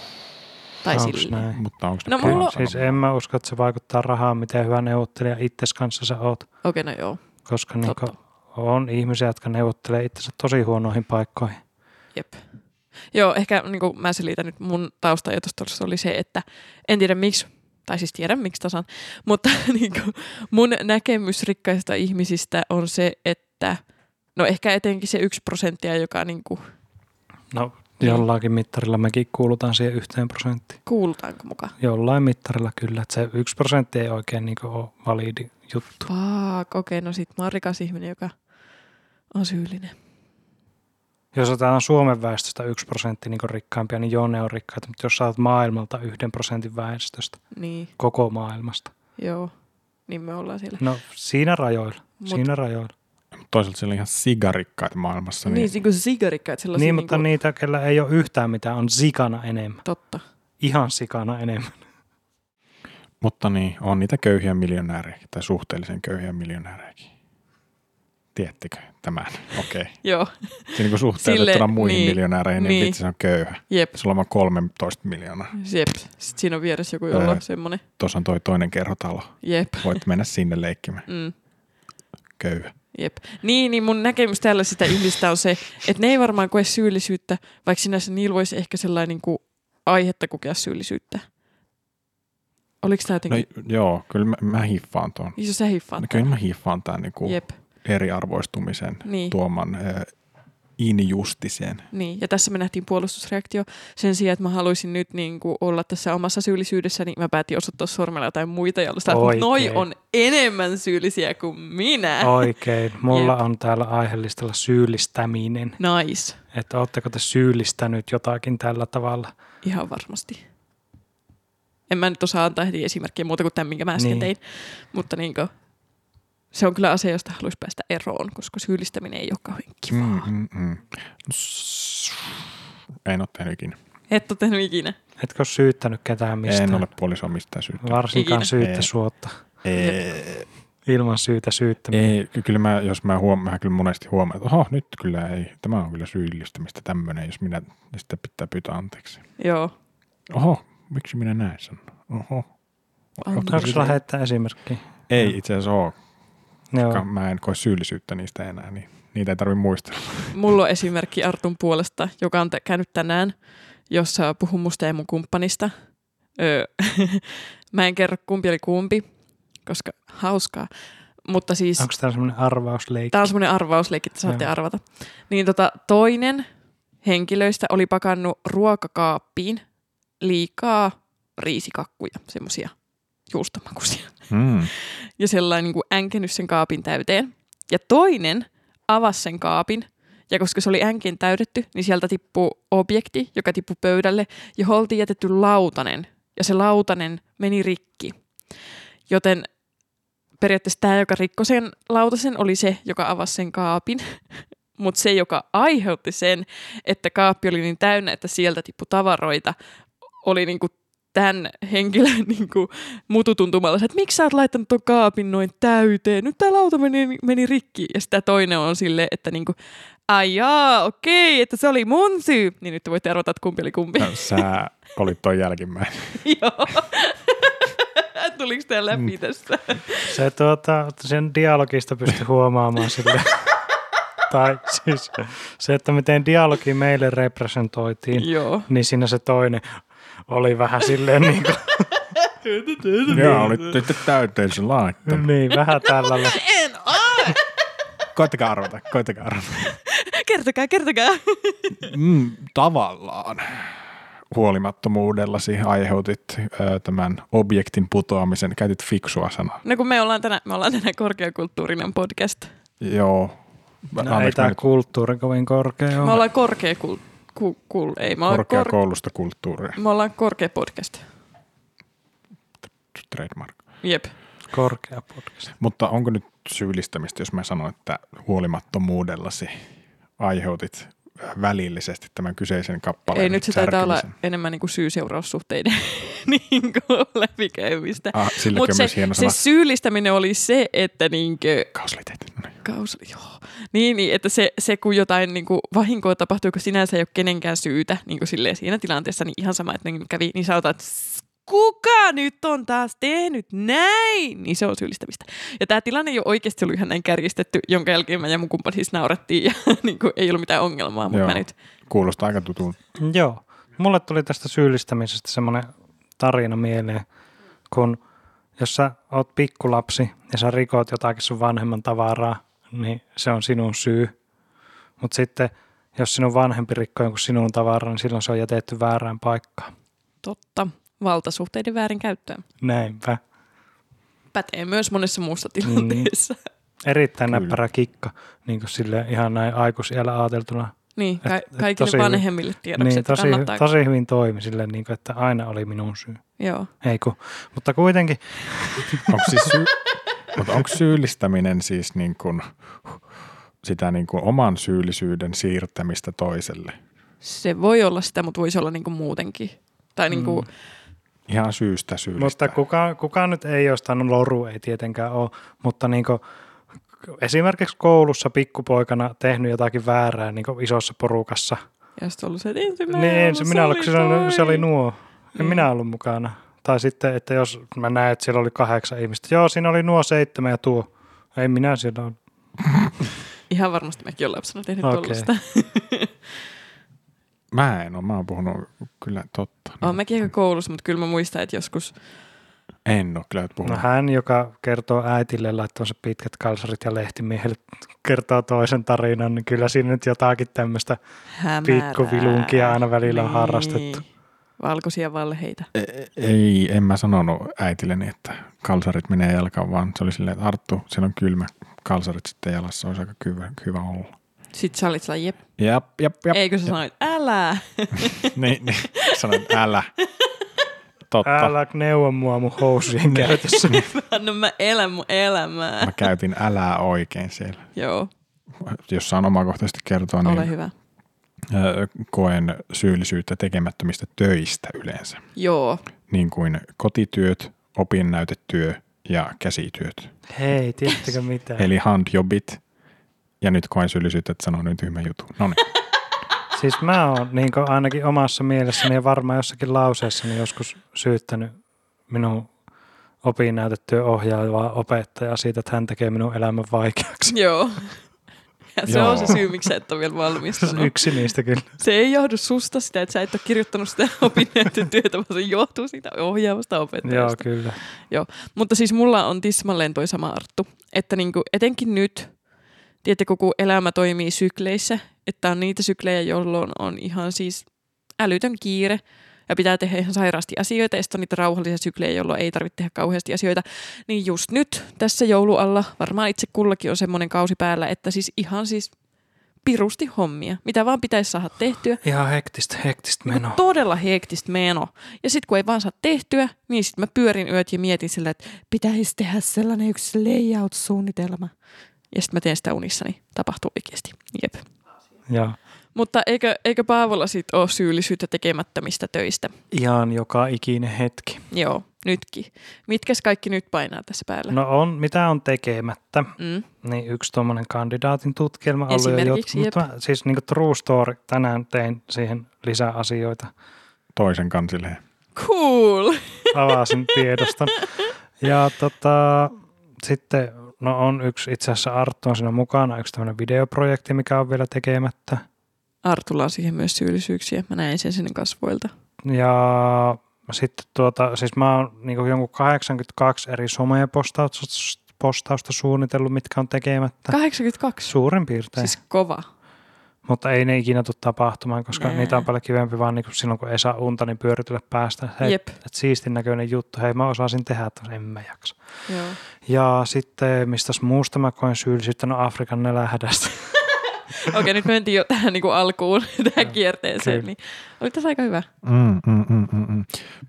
S1: Tai
S2: Onks
S1: sillä.
S2: näin?
S3: Mutta onko
S1: No mulla-
S2: Siis en mä usko, että se vaikuttaa rahaan, miten hyvä neuvottelija itses kanssa sä oot.
S1: Okei, no joo.
S2: koska niin
S1: Totta.
S2: on ihmisiä, jotka neuvottelee itsensä tosi huonoihin paikkoihin.
S1: Jep. Joo, ehkä niin kuin mä selitän nyt mun taustajatus tuossa oli se, että en tiedä miksi, tai siis tiedän miksi tasan, <laughs> mutta niin kuin mun näkemys rikkaista ihmisistä on se, että no ehkä etenkin se yksi prosenttia, joka niin kuin,
S2: No,
S1: Niin.
S2: jollakin mittarilla mekin kuulutaan siihen yhteen prosenttiin.
S1: kuulutaanko mukaan?
S2: Jollain mittarilla kyllä, että se yksi prosentti ei oikein niin ole validi juttu.
S1: Vaak, okei, no sit mä oon rikas ihminen, joka on syyllinen.
S2: Jos otetaan Suomen väestöstä yksi prosentti niin rikkaampia, niin joo, ne on rikkaita. Mutta jos saat maailmalta yhden prosentin väestöstä,
S1: Niin,
S2: koko maailmasta.
S1: joo. Niin me ollaan siellä.
S2: No, siinä rajoilla.
S1: Mut-
S2: siinä rajoilla.
S3: Toisaalta siellä on ihan sigarikkaita maailmassa.
S1: Niin,
S3: Niin,
S1: niin kuin sigarikkaat sellaisia.
S2: Niin, mutta
S1: niinku-
S2: niitä, kellä ei ole yhtään mitään, on sikana enemmän.
S1: Totta.
S2: Ihan sikana enemmän.
S3: Mutta niin, on niitä köyhiä miljonäärejäkin, tai suhteellisen köyhiä miljonäärejäkin. Tiettikö tämän? Okei. Okay.
S1: Joo,
S3: Se niin suhteutettuna
S1: Sille-
S3: muihin
S1: niin,
S3: niin, miljonääreihin, niin,
S1: niin.
S3: niin. vitsi se on köyhä.
S1: jep,
S3: Sulla on vain 13 miljoonaa.
S1: jep. Sitten siinä on vieressä joku, jolla on
S3: Ää.
S1: semmoinen.
S3: Tuossa on toi toinen kerrotalo.
S1: Jep,
S3: Voit mennä sinne leikkimään.
S1: mm,
S3: Köyhä.
S1: jep. Niin, niin mun näkemys tällaisista ihmistä on se, että ne ei varmaan koe syyllisyyttä, vaikka sinänsä niillä voisi ehkä sellainen niin kuin aihetta kokea syyllisyyttä. Oliko tämä
S3: No
S1: jotenkin?
S3: joo, kyllä mä, mä hiffaan tuon.
S1: No, Jos sä hiffaat.
S3: No, kyllä mä hiffaan tämän niinku
S1: Jep,
S3: eriarvoistumisen
S1: niin.
S3: tuoman äh, injustisen.
S1: Niin, ja tässä me nähtiin puolustusreaktio. Sen sijaan, että mä haluaisin nyt niin kuin olla tässä omassa syyllisyydessä, niin mä päätin osoittaa sormella jotain muita, jolloin sitä, että
S2: Oikein.
S1: noi on enemmän syyllisiä kuin minä.
S2: Oikein. Mulla
S1: Äh. Jep.
S2: on täällä aiheellistalla syyllistäminen.
S1: Nice,
S2: Että ootteko te syyllistänyt jotakin tällä tavalla?
S1: ihan varmasti. En mä nyt osaa antaa heti esimerkkiä muuta kuin tämän, minkä mä äsken
S2: Niin.
S1: tein. Mutta niin kuin, se on kyllä asia, josta haluaisi päästä eroon, koska syyllistäminen ei ole kauhean kiva.
S3: Mm, mm, mm. S- En ole tehnyt ikinä.
S1: Et ole tehnyt ikinä.
S2: Etkö ole syyttänyt ketään mistään?
S3: En ole puolisoa mistään syytä.
S2: Varsinkaan
S1: Ikinä.
S2: syyttä
S3: Ei.
S2: suotta.
S3: Ei,
S2: Ilman syytä syyttäminen.
S3: ei, ky- kyllä mä, jos mä huomaan, mä kyllä monesti huomaan, että oho, nyt kyllä ei, tämä on kyllä syyllistämistä tämmöinen, jos minä, ja sitten pitää pyytää anteeksi.
S1: Joo.
S3: Oho, miksi minä näin sen? Oho.
S1: Anteeksi.
S2: Onko
S3: Ootko
S2: sulla
S3: sitä-
S2: heittää esimerkki?
S3: Ei itse asiassa ole,
S2: Joo.
S3: koska mä en koe syyllisyyttä niistä enää, niin niitä ei tarvitse muistella.
S1: Mulla on esimerkki Artun puolesta, joka on t- käynyt tänään, jossa puhun musta ja mun kumppanista. Öö, <laughs> mä en kerro kumpi oli kumpi, koska hauskaa. Mutta siis
S2: Onko tämä semmoinen arvausleikki?
S1: tämä on semmoinen arvausleikki, että saatte
S2: Joo.
S1: arvata. Niin tota, toinen henkilöistä oli pakannut ruokakaappiin liikaa riisikakkuja, semmoisia juustomakuisia
S3: Mm.
S1: ja sellainen niin kuin änkenyt sen kaapin täyteen. Ja toinen avasi sen kaapin, ja koska se oli änkin täytetty, niin sieltä tippuu objekti, joka tippui pöydälle, ja oltiin jätetty lautanen, ja se lautanen meni rikki. Joten periaatteessa tämä, joka rikkoi sen lautasen, oli se, joka avasi sen kaapin, <laughs> mutta se, joka aiheutti sen, että kaappi oli niin täynnä, että sieltä tippui tavaroita, oli niinku tämän henkilön <laughs> niinku mututuntumalla, se, että miksi sä oot laittanut ton kaapin noin täyteen, nyt tää lauta meni, meni rikki. Ja sitä toinen on sille, että niinku, ai jaa, okei, että se oli mun syy. Niin nyt te voitte
S3: No,
S1: arvata, että kumpi oli kumpi. <laughs>
S3: Sä olit toi jälkimmäinen.
S1: Joo. Tuliko tämä
S3: Mm.
S1: läpi
S3: <laughs>
S1: tässä?
S2: Se tuota, sen dialogista pysty huomaamaan
S1: <laughs>
S2: sille. tai siis se, että miten dialogi meille representoitiin,
S1: Joo.
S2: niin siinä se toinen oli vähän silleen niin,
S3: Joo, olitte itse täyteen se laitto.
S1: <laughs>
S2: kuin, niin vähän tällä
S1: En ole!
S3: Koittakaa arvata, koittakaa arvata.
S1: Kertokaa, kertokaa. <laughs>
S3: Mm, tavallaan huolimattomuudella siihen aiheutit ö, tämän objektin putoamisen. Käytit fiksua sanaa.
S1: No kun me ollaan tänään, me ollaan tänään korkeakulttuurinen podcast.
S3: Joo.
S2: No, ei
S3: Anteeksi, mä
S2: tämä
S3: nyt
S2: kulttuuri kovin korkea
S1: Me
S2: ole.
S1: ollaan korkeakul... Ku, kul, ei, me ollaan, kor,
S3: korkeakoulusta kulttuuria.
S1: me ollaan korkea podcast.
S3: Trademark.
S1: Jep.
S2: Korkea podcast.
S3: Mutta onko nyt syyllistämistä, jos mä sanon, että huolimattomuudellasi aiheutit välillisesti tämän kyseisen kappaleen
S1: ei nyt se taitaa olla
S3: särkemisen?
S1: enemmän niin kuin syy-seuraussuhteiden <laughs> niin kuin läpikäymistä.
S3: Ah, silläkin
S1: Mutta se,
S3: on
S1: siis-
S3: myös hieno
S1: se
S3: sana.
S1: syyllistäminen oli se, että niinkö,
S3: Kauslitet. No niin.
S1: kaus, joo. Niin, niin, että se, se kun jotain niin kuin vahinkoa tapahtuu, kun sinänsä ei ole kenenkään syytä niin kuin silleen, siinä tilanteessa, niin ihan sama, että niin kävi, niin sanotaan, että "Sss, kuka nyt on taas tehnyt näin, niin se on syyllistämistä. Ja tämä tilanne ei ole oikeasti ollut ihan näin kärjistetty, jonka jälkeen mä ja mun kumppani siis naurettiin ja <laughs> niin kuin, ei ollut mitään ongelmaa, mutta
S3: Joo.
S1: mä nyt,
S3: Kuulostaa aika tutun.
S2: Joo. Mulle tuli tästä syyllistämisestä semmoinen tarina mieleen, kun jos sä oot pikkulapsi ja sä rikot jotakin sun vanhemman tavaraa, niin se on sinun syy. Mutta sitten jos sinun vanhempi rikkoo jonkun sinun tavaraa, niin silloin se on jätetty väärään paikkaan.
S1: totta, valtasuhteiden väärinkäyttöä.
S2: Näinpä.
S1: Pätee myös monessa muussa
S2: Niin.
S1: tilanteessa. Mm.
S2: Erittäin
S3: Kyllä.
S2: Kyllä. näppärä kikka, niin kuin sille ihan näin aikuisiellä ajateltuna.
S1: Niin, ka-
S2: Et- et
S1: kaikille
S2: tosi hyvin.
S1: vanhemmille tiedoksi,
S2: Niin,
S1: että
S2: tosi,
S1: kannattaa.
S2: tosi hyvin toimi silleen, niin kuin, että aina oli minun syy.
S1: Joo.
S2: Ei kun, mutta kuitenkin
S3: Onko siis
S1: <laughs>
S3: syy... Mutta onko syyllistäminen siis niin kuin sitä niin kuin oman syyllisyyden siirtämistä toiselle?
S1: Se voi olla sitä, mutta voisi olla niinku muutenkin. Tai niinku, mm.
S3: Ihan syystä syyllistää.
S2: Mutta kuka, kuka nyt ei jostain loru, ei tietenkään ole, mutta niin esimerkiksi koulussa pikkupoikana tehnyt jotakin väärää niin isossa porukassa.
S1: ja sitten ollut se, että ensimmäinen
S2: niin
S1: ollut,
S2: ensin minä olin, kun se, oli, se oli
S1: toi.
S2: nuo. En
S1: Mm.
S2: minä ollut mukana. Tai sitten, että jos mä näen, että siellä oli kahdeksan ihmistä. Joo, siinä oli nuo seitsemän ja tuo. Ei minä siellä ollut.
S1: Ihan varmasti mekin on lapsena tehnyt okay.
S2: Okei.
S1: tuollaista.
S3: Mä en ole, mä oon puhunut kyllä totta.
S1: Olen mäkin ehkä koulussa, mutta kyllä mä muistan, että joskus
S3: En ole kyllä puhunut.
S2: No hän, joka kertoo äitille laittavansa pitkät kalsarit ja lehtimiehelle kertoo toisen tarinan, niin kyllä siinä nyt jotakin tämmöistä
S1: hämärää. Niin.
S2: pikkuvilunkia aina välillä on harrastettu.
S1: Valkoisia valheita.
S3: E- Ei, en mä sanonut äitilleni, että kalsarit menee jalkaan, vaan se oli silleen, että Arttu, siellä on kylmä. Kalsarit sitten jalassa olisi aika hyvä, hyvä olla.
S1: Sitten sä olit sellainen, jep,
S3: Jap, jap, jap.
S1: eikö sä sanoit, älä. <laughs>
S3: Niin, niin. Sanoin, että älä. Totta. Älä.
S2: Älä neuvo mua mun housujen käytössä.
S1: Anna No mä elän mun elämää.
S3: Mä käytin älää oikein siellä.
S1: Joo,
S3: Jos saan omakohtaisesti kertoa,
S2: No
S1: ole
S3: niin
S1: hyvä.
S3: ö, koen syyllisyyttä tekemättömistä töistä yleensä.
S1: Joo,
S3: Niin kuin kotityöt, opinnäytetyö ja käsityöt.
S2: Hei, tiedättekö mitä?
S3: Eli handjobit. Ja nyt koen syyllisyyttä, että sanon nyt tyhmän jutun. No niin.
S2: Siis mä oon niin ainakin omassa mielessäni ja varmaan jossakin lauseessani joskus syyttänyt minun opinnäytettyä ohjaavaa opettajaa siitä, että hän tekee minun elämän vaikeaksi.
S1: joo. <laughs> Ja se
S3: Joo.
S1: on se syy, miksi sä et ole vielä
S2: <laughs>
S1: valmistunut.
S2: Yksi niistä kyllä.
S1: Se ei johdu susta sitä, että sä et ole kirjoittanut sitä <laughs> opinnäytetyötä, vaan se johtuu siitä ohjaavasta
S2: Joo,
S1: opettajasta.
S2: kyllä.
S1: Mutta siis mulla on tismalleen toi sama Arttu, että niinku, etenkin nyt, tiedättekö, kun elämä toimii sykleissä, että on niitä syklejä, jolloin on ihan siis älytön kiire ja pitää tehdä ihan sairaasti asioita, ja sitten on niitä rauhallisia syklejä, jolloin ei tarvitse tehdä kauheasti asioita. Niin just nyt tässä joulualla varmaan itse kullakin on semmoinen kausi päällä, että siis ihan siis pirusti hommia, mitä vaan pitäisi saada tehtyä.
S2: Ihan hektistä, hektistä
S1: Niinku
S2: menoa.
S1: todella hektistä meno. Ja sitten kun ei vaan saa tehtyä, niin sitten mä pyörin yöt ja mietin sillä, että pitäisi tehdä sellainen yksi layout-suunnitelma. Ja sitten mä teen sitä unissani. Tapahtuu oikeasti. Jep.
S2: Joo.
S1: Mutta eikö, eikö Paavolla sit ole syyllisyyttä tekemättömistä töistä?
S2: Ihan joka ikinen hetki.
S1: Joo, nytkin. Mitkäs kaikki nyt painaa tässä päällä?
S2: No on, mitä on tekemättä?
S1: Mm.
S2: Niin yksi tuommoinen kandidaatin tutkielma ollut jo jot,
S1: Esimerkiksi,
S2: mutta mä, siis niin true story, tänään tein siihen lisää asioita.
S3: toisen kansilleen.
S1: Cool.
S2: avasin tiedoston. Ja tota, sitten no on yksi, itse asiassa Arttu on siinä mukana, yksi tämmöinen videoprojekti, mikä on vielä tekemättä.
S1: Artulla on siihen myös syyllisyyksiä. Mä näin sen sinne kasvoilta.
S2: Ja sitten tuota, siis mä oon niin jonkun 82 eri somepostausta postausta suunnitellut, mitkä on tekemättä.
S1: 82.
S2: Suurin piirtein.
S1: Siis kova.
S2: Mutta ei ne ikinä tule tapahtumaan, koska
S1: Nää.
S2: niitä on paljon kivempi vaan niin kuin silloin, kun ei saa unta, niin pyöritellä päästä. Hei,
S1: Jep.
S2: et siistin näköinen juttu. Hei, mä osasin tehdä, että en mä jaksa.
S1: Joo.
S2: Ja sitten, mistä muusta mä koen syyllisyyttä, no Afrikan <laughs> nelähdästä.
S1: Okei, nyt mentiin jo tähän niin kuin alkuun, <laughs> tähän kierteeseen.
S2: kyllä.
S1: Niin. Oli tässä aika hyvä.
S3: Mm, mm, mm, mm, mm.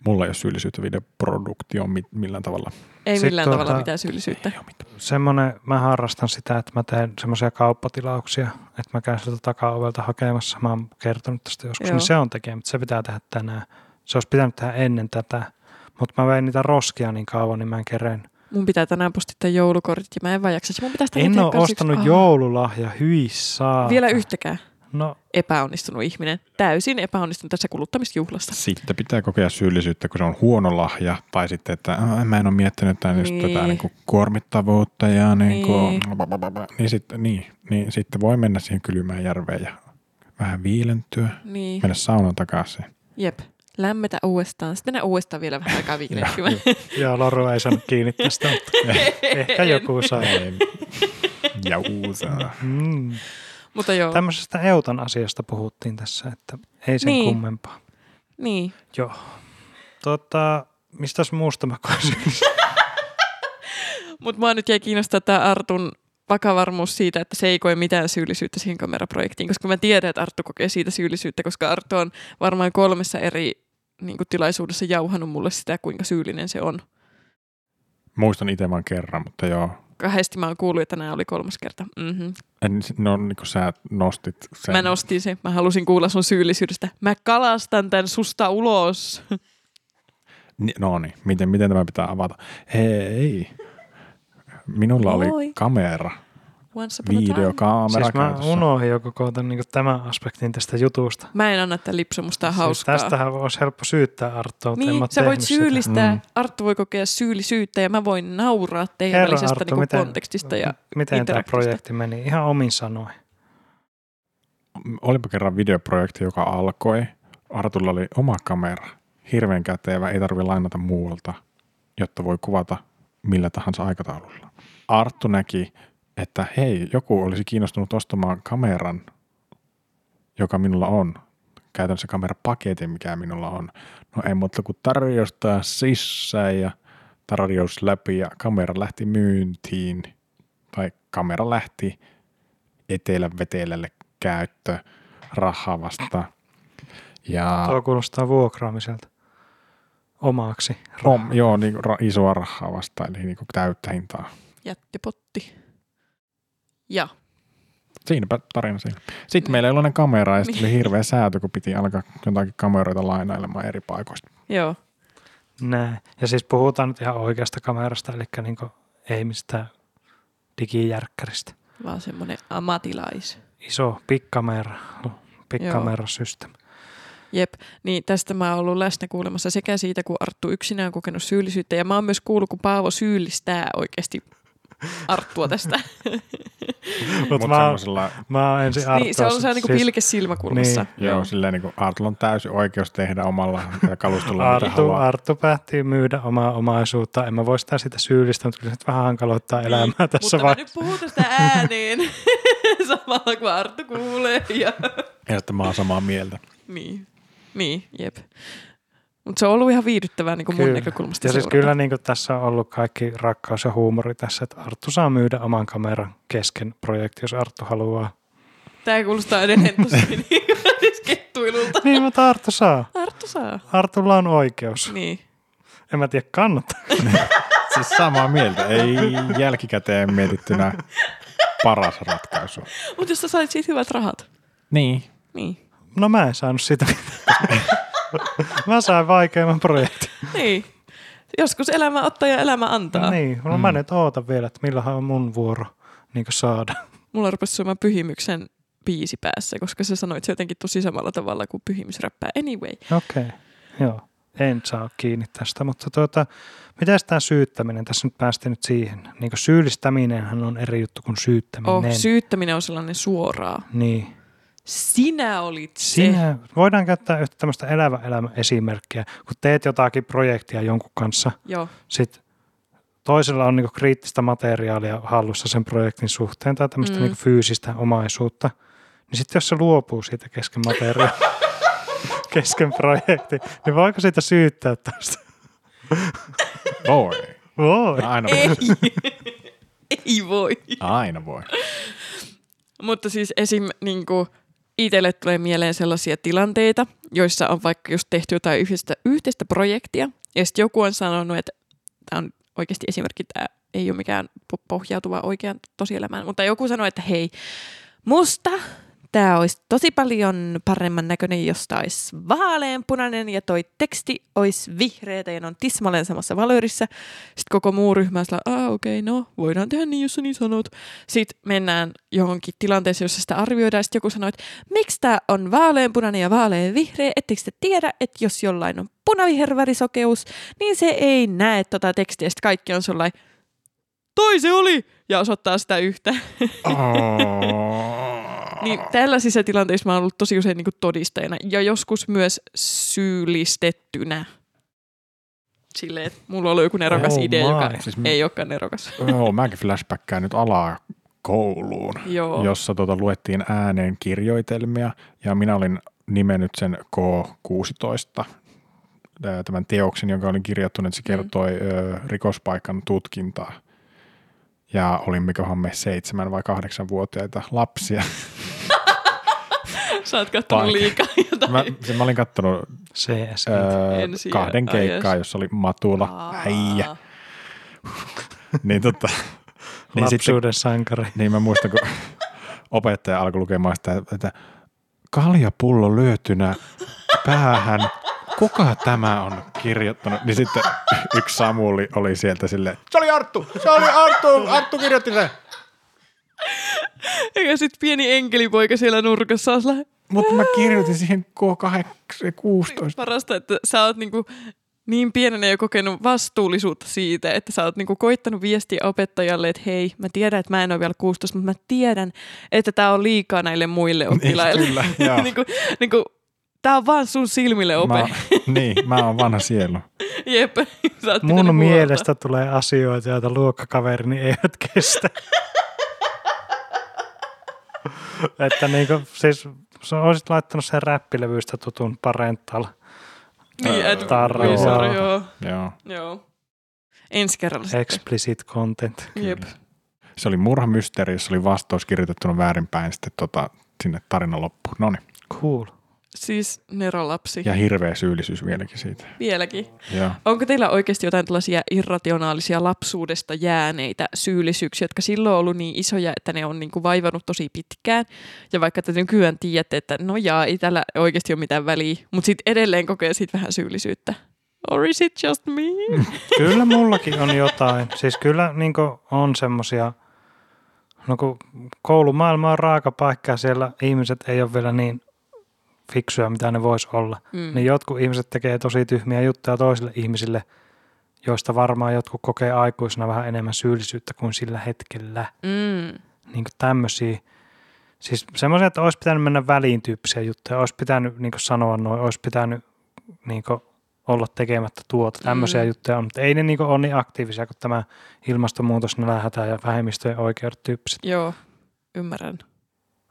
S3: Mulla ei ole syyllisyyttä videoproduktioon mi- millään tavalla.
S1: Ei
S2: Sit
S1: millään
S2: tuota-
S1: tavalla mitään syyllisyyttä.
S3: Ei oo mitään.
S2: Semmoinen, mä harrastan sitä, että mä teen semmoisia kauppatilauksia, että mä käyn sieltä takaovelta hakemassa. Mä oon kertonut tästä joskus,
S1: Joo.
S2: niin se on tekemä, mutta se pitää tehdä tänään. Se olisi pitänyt tehdä ennen tätä, mutta mä vein niitä roskia niin kauan, niin mä en kereen
S1: Mun pitää tänään postittaa joulukortit ja mä en vaan jaksa. Mun pitäisi tänne
S2: En
S1: tehdä
S2: ole
S1: kaksi-
S2: ostanut
S1: Ah,
S2: joululahja, hyi saa.
S1: Vielä yhtäkään
S2: No,
S1: epäonnistunut ihminen. Täysin epäonnistunut tässä kuluttamisjuhlassa.
S3: Sitten pitää kokea syyllisyyttä, kun se on huono lahja, tai sitten, että "Ah, mä en ole miettinyt tämän, niin.
S1: Niin.
S3: just tätä niin kuin kuormittavuutta ja niin, kuin,
S1: Niin.
S3: niin, sitten, niin, niin sitten voi mennä siihen kylmään järveen ja vähän viilentyä,
S1: Niin,
S3: mennä saunan takaisin.
S1: jep. Lämmetä uudestaan. Sitten mennään uudestaan vielä vähän aikaa viilehtimään.
S2: ja Laru ei saanut
S1: <laughs>
S2: kiinni tästä, mutta ehkä
S1: En.
S2: joku sai.
S3: Ei. <laughs> Jausaa.
S2: Mm.
S1: Mutta joo, Täm...
S2: Tämmöisestä eutan asiasta puhuttiin tässä, että ei sen
S1: Niin.
S2: kummempaa.
S1: niin.
S2: Joo. Tota, mistäs muusta mä koisin?
S1: Mutta mua nyt jäi kiinnostaa tämä Artun vakavarmuus siitä, että se ei koe mitään syyllisyyttä siihen kameraprojektiin, koska mä tiedän, että Arttu kokee siitä syyllisyyttä, koska Arttu on varmaan kolmessa eri niin kuin, tilaisuudessa jauhanut mulle sitä, kuinka syyllinen se on.
S3: Muistan itse vain kerran, mutta joo.
S1: Kahdesti mä oon kuullut, että nämä oli kolmas kerta. Mm-hmm.
S3: En, no niin kuin sä nostit sen.
S1: Mä nostin sen. Mä halusin kuulla sun syyllisyydestä. Mä kalastan tän susta ulos.
S3: Ni- No niin, miten, miten tämä pitää avata? Hei, minulla oli
S1: Moi.
S3: kamera,
S1: Once upon a time.
S3: videokamera
S2: Siis mä
S3: käytössä.
S2: unohdin jo koko tämän, niin tämän aspektin tästä jutusta.
S1: Mä en anna tämän lipsumusta
S2: Siis
S1: hauskaa.
S2: tästähän olisi helppo syyttää Arttua, mutta en
S1: Niin,
S2: mä oo
S1: sä voit
S2: tehnyt sitä.
S1: syyllistää,
S3: Mm.
S1: mm. Arttu voi kokea syyllisyyttä ja mä voin nauraa teidän
S2: Herra
S1: välisestä
S2: Arttu,
S1: niinku
S2: miten-
S1: kontekstista. Ja,
S2: Miten tämä
S1: interaktiosta.
S2: projekti meni? Ihan omin sanoin.
S3: Olipa kerran videoprojekti, joka alkoi. Artulla oli oma kamera, hirveän kätevä, ei tarvi lainata muualta, jotta voi kuvata millä tahansa aikataululla. Arttu näki, että hei, joku olisi kiinnostunut ostamaan kameran, joka minulla on. Käytännössä kamerapaketin, mikä minulla on. No ei muuta kuin tarjostaa sisään ja tarjous läpi ja kamera lähti myyntiin. Tai kamera lähti etelän vetelälle käyttö rahaa vasta. Ja
S2: Tuo kuulostaa vuokraamiselta omaaksi.
S3: Rom, joo, niin ra, isoa rahaa vasta, eli niin kuin täyttä hintaa.
S1: jättipotti. Ja,
S3: Siinäpä tarina siinä. Sitten meillä ei ollut enää kameraa ja sitten
S1: Niin.
S3: oli hirveä säätö, kun piti alkaa jotakin kameroita lainailemaan eri paikoista.
S1: joo.
S2: Näin. Ja siis puhutaan nyt ihan oikeasta kamerasta, eli niin ei mistään digijärkkäristä.
S1: Vaan semmonen amatilais.
S2: Iso pikkamera, pikkamerasysteemi.
S1: Jep, niin tästä mä oon ollut läsnä kuulemassa sekä siitä, kun Arttu yksinään on kokenut syyllisyyttä, ja mä oon myös kuullut, kun Paavo syyllistää oikeasti Arttua
S2: <laughs>
S1: tästä.
S2: Mutta
S3: Mutta
S2: mä, oon-
S3: semmoisella,
S2: mä oon ensin
S1: niin, se on ollut
S2: Arttua-
S1: sellainen niinku pilke silmäkulmassa.
S2: siis- Niin.
S3: joo, silleen niin kuin Artulla on täysi oikeus tehdä omalla kalustolla mitä
S2: Arttu,
S3: haluaa.
S2: Arttu päätti myydä omaa omaisuutta. En mä voi sitä sitä syyllistää, mutta kyllä se nyt vähän hankaloittaa elämää tässä
S1: Niin, Mutta mä
S2: vai.
S1: nyt puhun tästä ääneen <laughs> samalla, kun Arttu kuulee. Ja...
S3: Ja sitten mä oon samaa mieltä.
S1: Niin, niin jep. Mutta se on ollut ihan viihdyttävää niin mun
S2: Kyllä.
S1: näkökulmasta
S2: Ja siis
S1: seurata.
S2: kyllä niin tässä on ollut kaikki rakkaus ja huumori tässä, että Arttu saa myydä oman kameran kesken projekti, jos Arttu haluaa.
S1: Tämä kuulostaa edelleen tosi <laughs> niin siis kettuilulta.
S2: Niin, mutta Arttu saa.
S1: Arttu saa.
S2: Artulla on oikeus.
S1: Niin.
S2: En mä tiedä, kannattaa.
S3: Siis samaa mieltä, ei jälkikäteen mietittynä paras ratkaisu.
S1: Mutta jos sä sait siitä hyvät rahat.
S3: Niin,
S1: Niin.
S2: No mä en saanut sitä. <laughs> mä sain vaikeimman projektin.
S1: Niin. Joskus elämä ottaa ja elämä antaa. Niin.
S2: Niin, no mä nyt ootan vielä, että milloinhan on mun vuoro niin saada.
S1: Mulla rupesi soimaan pyhimyksen biisi
S2: Niin.
S1: päässä, koska sä sanoit se jotenkin tosi samalla tavalla kuin pyhimysräppää. Anyway.
S2: Okei, okay. joo. en saa kiinni tästä, mutta tuota, mitäs tämä syyttäminen, tässä nyt päästiin nyt siihen. Niin syyllistäminenhän on eri juttu kuin syyttäminen.
S1: Oh, syyttäminen on sellainen suoraa.
S2: niin.
S1: Sinä olit se.
S2: Siinä voidaan käyttää yhtä tämmöistä elävä elämä esimerkkiä, kun teet jotakin projektia jonkun kanssa,
S1: Joo.
S2: sit toisella on niinku kriittistä materiaalia hallussa sen projektin suhteen tai tämmöistä
S1: Mm.
S2: niinku fyysistä omaisuutta, niin sitten jos se luopuu siitä kesken materiaalia, <laughs> kesken projekti, niin voiko siitä syyttää tästä?
S3: Voi.
S2: Voi.
S3: Aina
S1: Ei. <laughs>
S3: voi.
S1: Ei voi.
S3: Aina voi.
S1: Mutta siis esim. Niin kuin, itselle tulee mieleen sellaisia tilanteita, joissa on vaikka just tehty jotain yhdestä, yhteistä projektia, ja sitten joku on sanonut, että tämä on oikeasti esimerkki, tämä ei ole mikään po- pohjautuva oikeaan tosielämään, mutta joku sanoi, että hei, musta tämä olisi tosi paljon paremman näköinen, jos tämä olisi vaaleanpunainen ja toi teksti olisi vihreätä ja ne on tismalleen samassa valörissä. Sitten koko muu ryhmä on sillä, "Aa, okei, okay, no voidaan tehdä niin, jos sä niin sanot. Sitten mennään johonkin tilanteeseen, jossa sitä arvioidaan. Sitten joku sanoo, että miksi tämä on vaaleanpunainen ja vaaleanvihreä? Ettekö te tiedä, että jos jollain on punavihervärisokeus, niin se ei näe tota tekstiä. Sitten kaikki on sellainen, toi se oli! Ja osoittaa sitä yhtä. <laughs>
S3: Oh.
S1: Niin tällaisissa tilanteissa mä oon ollut tosi usein niin todistajana ja joskus myös syyllistettynä. Silleen, että mulla oli joku nerokas
S2: Oh
S1: idea,
S2: my.
S1: joka
S3: Siis
S1: ei olekaan
S3: <laughs>
S1: nerokas.
S3: Joo, mäkin flashbackkään nyt alakouluun,
S1: Joo.
S3: jossa tota, luettiin ääneen kirjoitelmia ja minä olin nimennyt sen K16 ää, tämän teoksen, jonka olin kirjoittanut, että se
S1: Mm.
S3: kertoi ö, rikospaikan tutkintaa. Ja olin mikähän me seitsemän vai kahdeksanvuotiaita lapsia.
S1: <laughs> Sä oot kattonut
S3: Paikka.
S1: liikaa jotain.
S3: Mä, siis mä olin kattonut
S2: CS.
S3: öö,
S1: Ensi-
S3: kahden
S1: ai
S3: keikkaa,
S1: jes.
S3: jossa oli Matula.
S1: Aa.
S3: Äijä. Niin, tota, niin, sitten,
S2: Lapsuuden
S3: <laughs>
S2: sankari.
S3: niin mä muistan, kun opettaja alkoi lukemaan sitä, että kaljapullo lyötynä päähän. Kuka tämä on kirjoittanut? Niin sitten yksi Samuli oli sieltä silleen, se oli Arttu, se oli Arttu, Arttu kirjoitti sen.
S1: Ja sit pieni enkelipoika siellä nurkassa on sellainen,
S3: Mutta mä kirjoitin siihen K16.
S1: parasta, että sä oot niinku niin pienenä jo kokenut vastuullisuutta siitä, että sä oot niinku koittanut viestiä opettajalle, että hei, mä tiedän, että mä en ole vielä 16, mutta mä tiedän, että tämä on liikaa näille muille oppilaille. <laughs>
S3: Niin, kyllä, joo.
S1: niinku, niinku, tää on vaan sun silmille ope.
S3: Mä,
S1: Mä...
S3: <laughs> niin, mä oon vanha sielu.
S1: Jep, <laughs> sä oot pitänyt
S2: Mun
S1: huolta.
S2: mielestä tulee asioita, joita luokkakaverini eivät
S3: <laughs>
S2: kestä. että niinku, siis sä olisit laittanut sen räppilevystä tutun parental.
S1: Niin,
S3: Öö,
S1: et,
S2: tarra,
S1: joo.
S2: joo.
S1: joo.
S3: Joo.
S1: joo. Ensi kerralla sitten.
S2: Explicit content.
S1: Jep.
S3: Se oli murhamysteeri, jossa oli vastaus kirjoitettuna väärinpäin sitten tota, sinne tarinan loppuun. No niin.
S2: Cool.
S1: Siis nerolapsi.
S3: Ja hirveä syyllisyys vieläkin siitä.
S1: Vieläkin.
S3: Joo.
S1: Onko teillä oikeasti jotain tällaisia irrationaalisia lapsuudesta jääneitä syyllisyyksiä, jotka silloin on ollut niin isoja, että ne on niin kuin vaivannut tosi pitkään? Ja vaikka te nykyään tiedätte, että no jaa, ei tällä oikeasti ole mitään väliä, mutta sitten edelleen kokee siitä vähän syyllisyyttä. Or is it just me?
S2: Kyllä mullakin on jotain. Siis kyllä niin on semmosia, no kun koulumaailma on raaka paikka ja siellä ihmiset ei ole vielä niin fiksuja, mitä ne vois olla.
S1: Mm.
S2: Niin jotkut ihmiset tekee tosi tyhmiä juttuja toisille ihmisille, joista varmaan jotkut kokee aikuisena vähän enemmän syyllisyyttä kuin sillä hetkellä.
S1: Mm.
S2: Niin kuin tämmöisiä, siis semmoisia, että olisi pitänyt mennä väliin tyyppisiä juttuja, olisi pitänyt niin sanoa noin, olisi pitänyt niin olla tekemättä tuota, tämmöisiä
S1: Mm.
S2: mm. juttuja on, mutta ei ne niin ole niin aktiivisia kuin tämä ilmastonmuutos, nälhätä ja vähemmistöjen oikeudet tyyppiset.
S1: Joo, ymmärrän.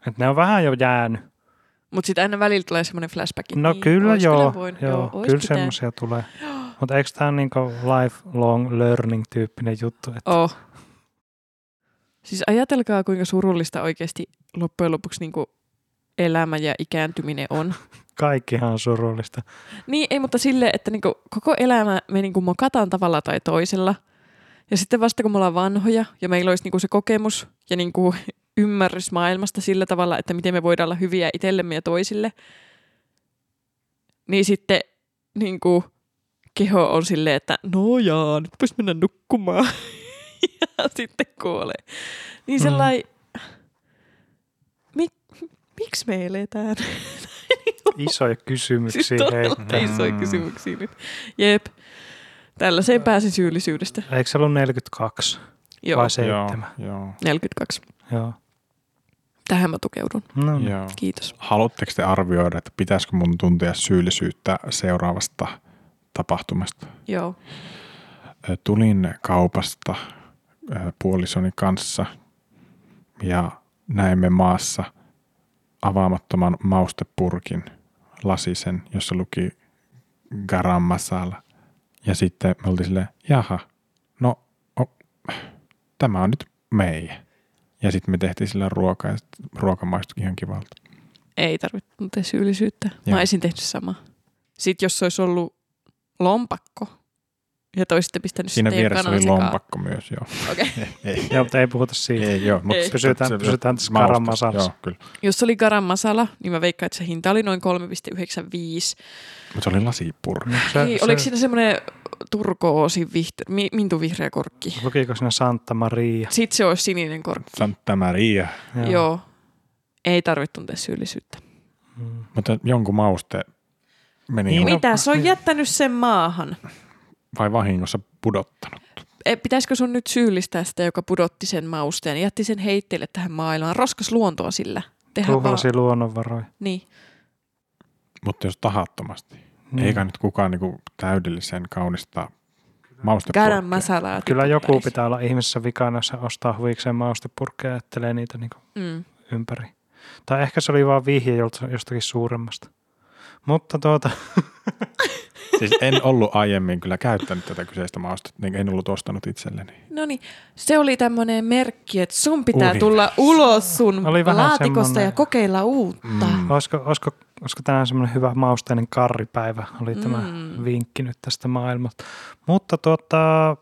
S2: Et ne on vähän jo jäänyt.
S1: Mutta sitten aina välillä tulee semmoinen flashback.
S2: No
S1: niin,
S2: kyllä
S1: ois
S2: joo,
S1: voinut,
S2: joo,
S1: ois
S2: kyllä
S1: pitänyt.
S2: semmoisia tulee. Mutta eikö tämä niinku lifelong learning tyyppinen juttu? Että
S1: Oh. Siis ajatelkaa, kuinka surullista oikeasti loppujen lopuksi niin kuin elämä ja ikääntyminen on.
S2: kaikkihan on surullista.
S1: Niin, ei, mutta silleen, että niinku koko elämä me niinku mokataan tavalla tai toisella. Ja sitten vasta kun me ollaan vanhoja ja meillä olisi niinku se kokemus ja niinku ymmärrys maailmasta sillä tavalla, että miten me voidaan olla hyviä itsellemme ja toisille, niin sitten niinku keho on silleen, että no jaa, nyt voisi mennä nukkumaan. <laughs> ja sitten kuolee. Niin
S2: Mm.
S1: sellainen, mik, miksi me eletään?
S2: Isoja kysymyksiä
S1: Siis todella
S3: Mm.
S2: heittää.
S1: isoja kysymyksiä nyt. Jep. Tällaiseen pääsin syyllisyydestä.
S2: Eikö se ollut 42 Joo.
S1: Joo,
S2: vai 7?
S3: Joo,
S1: 42.
S2: Joo.
S1: Tähän mä tukeudun.
S2: No,
S3: joo,
S2: niin.
S3: joo.
S1: Kiitos.
S3: Haluatteko te arvioida, että pitäisikö mun tuntea syyllisyyttä seuraavasta tapahtumasta?
S1: Joo.
S3: Ö, Tulin kaupasta ö, puolisoni kanssa ja näimme maassa avaamattoman maustepurkin lasisen, jossa luki garam masala. Ja sitten me oltiin silleen, jaha, no o, tämä on nyt meidän. Ja sitten me tehtiin sillä ruokaa ja sit ruoka maistui ihan kivalta.
S1: Ei tarvitse tuntea syyllisyyttä. Mä
S3: Joo.
S1: olisin tehnyt samaa. Sitten jos se olisi ollut lompakko ja toisitte pistänyt
S3: Siinä
S1: sitten
S3: vieressä oli
S1: sekaan.
S3: lompakko myös, joo.
S1: Okei.
S3: <laughs> ei,
S2: Joo, mutta ei puhuta siitä.
S3: ei, joo, mutta
S1: Ei.
S3: se-
S2: Pysytään-
S3: se- se-
S2: pysytään tässä
S3: maustas,
S2: karamasalassa.
S3: Joo, kyllä.
S1: Jos se oli garam masala, niin mä veikkaan, että se hinta oli noin 3,95
S3: Mutta se oli lasipurki.
S2: No,
S1: Se, niin, se... Oliko siinä semmoinen turkoosin vihte, mi, mintu vihreä korkki?
S2: Lukiko siinä Santa Maria?
S1: Sitten se olisi sininen korkki.
S3: Santa Maria.
S1: Joo. Joo. Ei tarvitse tuntea syyllisyyttä.
S2: Mm.
S3: Mutta jonkun mauste meni
S2: Niin.
S3: niin.
S1: Mitä? Se on jättänyt sen maahan.
S3: vai vahingossa pudottanut.
S1: E, Pitäisikö sun nyt syyllistää sitä, joka pudotti sen mausteen ja jätti sen heitteille tähän maailmaan? Roskas luontoa sillä. Tehdään vaan.
S2: Tuhosi luonnonvaroja.
S1: Niin.
S3: Mutta jos tahattomasti.
S2: Niin.
S3: Eikä nyt kukaan niinku täydellisen kaunista
S1: Garam
S3: maustepurkkia.
S1: masalaa.
S2: Kyllä joku
S1: tykkääisi.
S2: pitää olla ihmisessä vikana, jos se ostaa huvikseen maustepurkkeja ja ajattelee niitä niin
S1: Mm.
S2: ympäri. Tai ehkä se oli vaan vihje jolta- jostakin suuremmasta. Mutta tuota,
S3: Siis en ollut aiemmin kyllä käyttänyt tätä kyseistä maustetta, niin en ollut ostanut itselleni.
S1: No niin, se oli tämmöinen merkki, että sun pitää
S3: Uri.
S1: tulla ulos sun
S2: Oli vähän
S1: laatikosta
S2: semmonen-
S1: ja kokeilla uutta.
S3: Mm.
S2: olisiko, olisiko, olisiko tänään semmoinen hyvä mausteinen karripäivä, oli tämä
S1: Mm.
S2: vinkki nyt tästä maailmasta. Mutta tuota,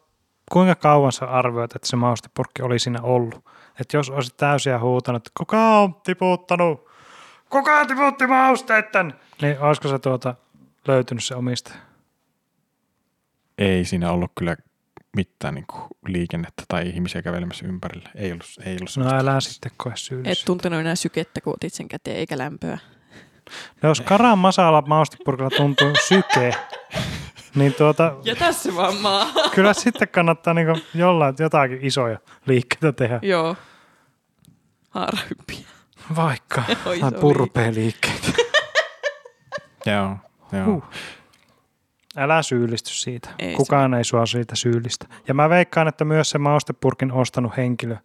S2: kuinka kauan sä arvioit, että se maustepurkki oli siinä ollut? Että jos olisit täysiä huutanut, että kuka on tiputtanut, kuka tiputti mausteet tän? Niin olisiko se tuota löytynyt se omistaja?
S3: Ei siinä ollut kyllä mitään niinku liikennettä tai ihmisiä kävelemässä ympärillä. Ei ollut, ei ollut
S2: No
S3: sellaista.
S2: älä sitten koe
S1: Et
S2: syyllisyyttä.
S1: tuntenut enää sykettä, kun otit sen käteen, eikä lämpöä.
S2: No jos karan masala maustepurkilla tuntuu syke, niin tuota,
S1: Ja tässä vaan maa.
S2: kyllä sitten kannattaa niin jollain jotakin isoja liikkeitä tehdä.
S1: Joo. Haarahyppiä. <laughs>
S2: Vaikka.
S1: Oi,
S2: Tai
S1: se oli-
S2: purpeen liikkeitä.
S3: Joo, joo.
S2: Huh. Älä syyllisty siitä.
S1: Ei se-
S2: Kukaan ei sua siitä syyllistä. Ja mä veikkaan, että myös se maustepurkin ostanut henkilö niin.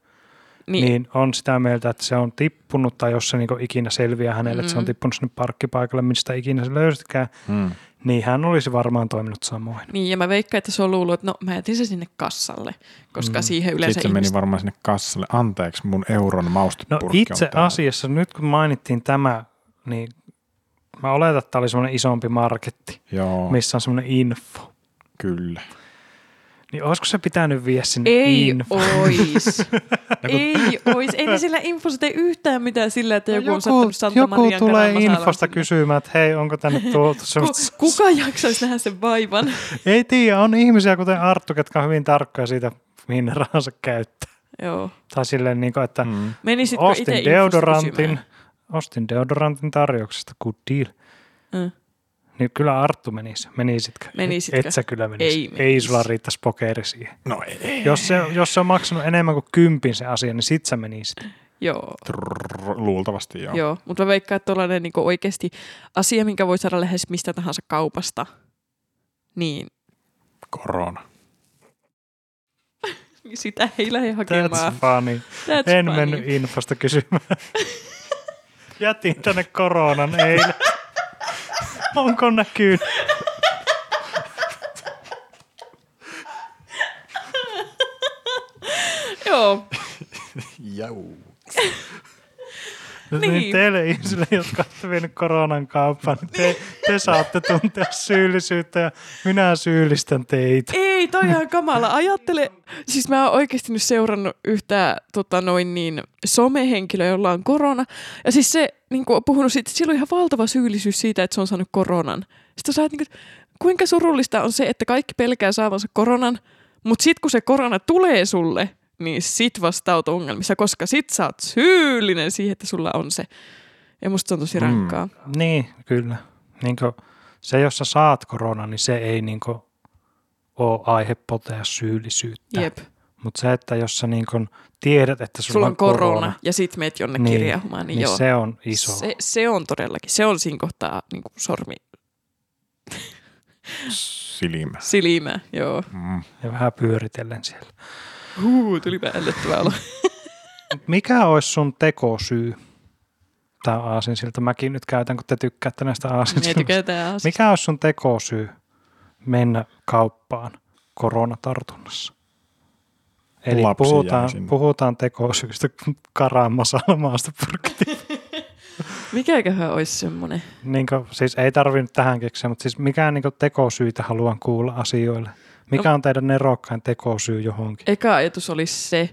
S1: Niin, niin.
S2: niin on sitä mieltä, että se on tippunut, tai jos se niin ikinä selviää hänelle, mm. että se on
S1: Mm.
S2: tippunut sinne parkkipaikalle, mistä ikinä se löysikään,
S3: Mm.
S2: niin hän olisi varmaan toiminut samoin.
S1: niin, ja mä veikkaan, että se on luullut, että no mä jätin se sinne kassalle, koska mm.
S2: Mm.
S1: siihen yleensä
S3: Sitten se meni
S1: ihmiset...
S3: varmaan sinne kassalle. Anteeksi, mun euron
S2: No
S3: maustepurkki
S2: itse
S3: on täällä.
S2: asiassa, nyt kun mainittiin tämä, niin mä oletan, että tämä oli semmoinen isompi marketti,
S3: Joo,
S2: missä on semmoinen info.
S3: kyllä.
S2: Niin olisiko se pitänyt viedä sinne
S1: Ei
S2: niin info? <laughs>
S1: ois. ei ois. Ei ne sillä infossa tee yhtään mitään sillä, että joku, on sattunut Santa
S2: No joku
S1: Marian
S2: tulee
S1: Karammasalaan
S2: infosta
S1: sinne.
S2: kysymään, että hei,
S1: <laughs>
S2: onko tänne tuotu
S1: Ku-
S2: semmoista.
S1: Kuka jaksaisi nähdä sen vaivan? <laughs>
S2: Ei tiedä, on ihmisiä kuten Arttu, ketkä on hyvin tarkkoja siitä, mihin ne rahansa käyttää.
S1: Joo.
S2: Tai silleen, niin kuin, että mm.
S3: Mm.
S1: Menisitkö itse
S2: ostin
S1: infosta
S2: deodorantin,
S1: kysymään?
S2: ostin deodorantin tarjouksesta, good deal.
S1: Mm.
S2: Niin kyllä Arttu menisi. Menisitkö?
S1: Menisitkö?
S2: Et sä kyllä menisi.
S1: Ei
S2: Ei
S1: menisi.
S2: sulla riittäisi pokeri siihen.
S3: No ei.
S2: Jos se, jos se on maksanut enemmän kuin kympin se asia, niin sit sä menisit.
S1: Joo.
S3: Trrr, luultavasti joo.
S1: Joo. Joo. Mutta mä veikkaan, että tuollainen niin oikeasti asia, minkä voi saada lähes mistä tahansa kaupasta, niin
S3: Korona.
S1: sitä ei lähde hakemaan.
S2: That's funny.
S1: Niin That's
S2: en
S1: funny.
S2: mennyt infosta kysymään.
S1: <laughs>
S2: Jätin tänne koronan eilen. Onko näkynyt?
S1: Joo.
S3: Jau.
S2: Niin.
S1: Niin.
S2: niin teille ihmisille, jotka olette vienyt koronan kauppaan, niin te, te saatte tuntea syyllisyyttä ja minä syyllistän teitä.
S1: Ei, toi on ihan kamala. Ajattele, siis mä oon oikeasti nyt seurannut yhtä tota, noin niin, somehenkilöä, jolla on korona. Ja siis se niin on puhunut siitä, että sillä on ihan valtava syyllisyys siitä, että se on saanut koronan. Sitten sä oot niin kuin, kuinka surullista on se, että kaikki pelkää saavansa koronan, mutta sit kun se korona tulee sulle, niin sit vasta oot ongelmissa, koska sit sä oot syyllinen siihen, että sulla on se. Ja musta se on tosi
S3: Mm.
S1: rankkaa. Mm.
S2: Niin, kyllä. Niin kuin se, jos sä saat koronan, niin se ei niin kuin ole aihe potea syyllisyyttä.
S1: Jep.
S2: Mutta se, että jos sä niin kuin tiedät, että sulla,
S1: Sulla on korona,
S2: korona
S1: ja sit meet jonne niin,
S2: Niin,
S1: kirjaumaan, niin,
S2: niin
S1: joo.
S2: se on iso.
S1: Se, se on todellakin. Se on siinä kohtaa niin kuin sormi
S3: Silmä.
S1: silimä, joo.
S3: Mm.
S2: Ja vähän pyöritellen siellä.
S1: Huu, tuli päällettävä olo.
S2: Mut Mikä olisi sun tekosyy? Tämä aasinsilta mäkin nyt käytän, kun te tykkäätte näistä
S1: Me
S2: aasinsilta.
S1: tykätään asiasta.
S2: Mikä olisi sun tekosyy mennä kauppaan koronatartunnassa? Eli
S3: Lapsi jäi
S2: puhutaan,
S3: sinne.
S2: puhutaan tekosyystä karamasalmaasta
S3: <laughs>
S2: purkkiin.
S1: Mikäköhän olisi semmonen?
S2: niin kuin, siis ei tarvi nyt tähän keksiä, mutta siis mikään niin tekosyitä haluan kuulla asioille.
S1: No.
S2: Mikä on teidän nerokkain tekosyy johonkin?
S1: Eka ajatus olisi se,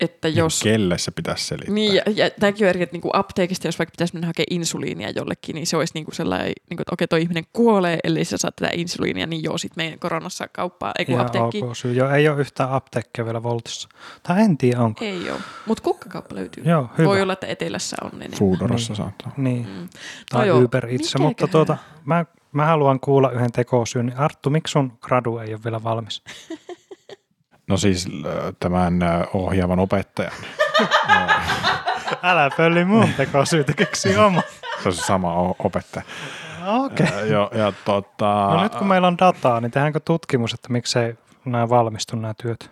S1: että jos...
S3: Kelle se pitäisi selittää?
S1: Niin, ja, ja tämäkin on eri, että niinku apteekista, jos vaikka pitäisi mennä hakemaan insuliinia jollekin, niin se olisi niinku sellainen, niinku, että okei, toi ihminen kuolee, eli sä saat tätä insuliinia, niin joo, sit meidän koronassa kauppaa, ei kun
S2: Ihan
S1: apteekki.
S2: ok syy. Joo, ei ole yhtään apteekkia vielä voltissa. Tai en tiedä onko.
S1: Ei ole, mutta kukkakauppa löytyy.
S2: Joo, hyvä.
S1: Voi olla, että etelässä on enemmän.
S3: Foodorassa
S2: Niin.
S3: saattaa.
S2: Niin.
S1: Mm.
S2: Tai
S1: joo,
S2: Uber itse.
S1: mikäköhän?
S2: Mutta tuota, mä, mä haluan kuulla yhden tekosyyn. Arttu, miksi sun gradu ei ole vielä
S1: <laughs>
S2: valmis?
S3: No siis ö, tämän ö, ohjaavan opettajan.
S2: Älä pölli mun tekosyytä, keksi oma.
S3: Se on se sama o- opettaja.
S2: No, Okei. Okay.
S3: Ö, Jo, ja tota,
S2: No nyt kun meillä on dataa, niin tehdäänkö tutkimus, että miksei nämä valmistu nämä työt?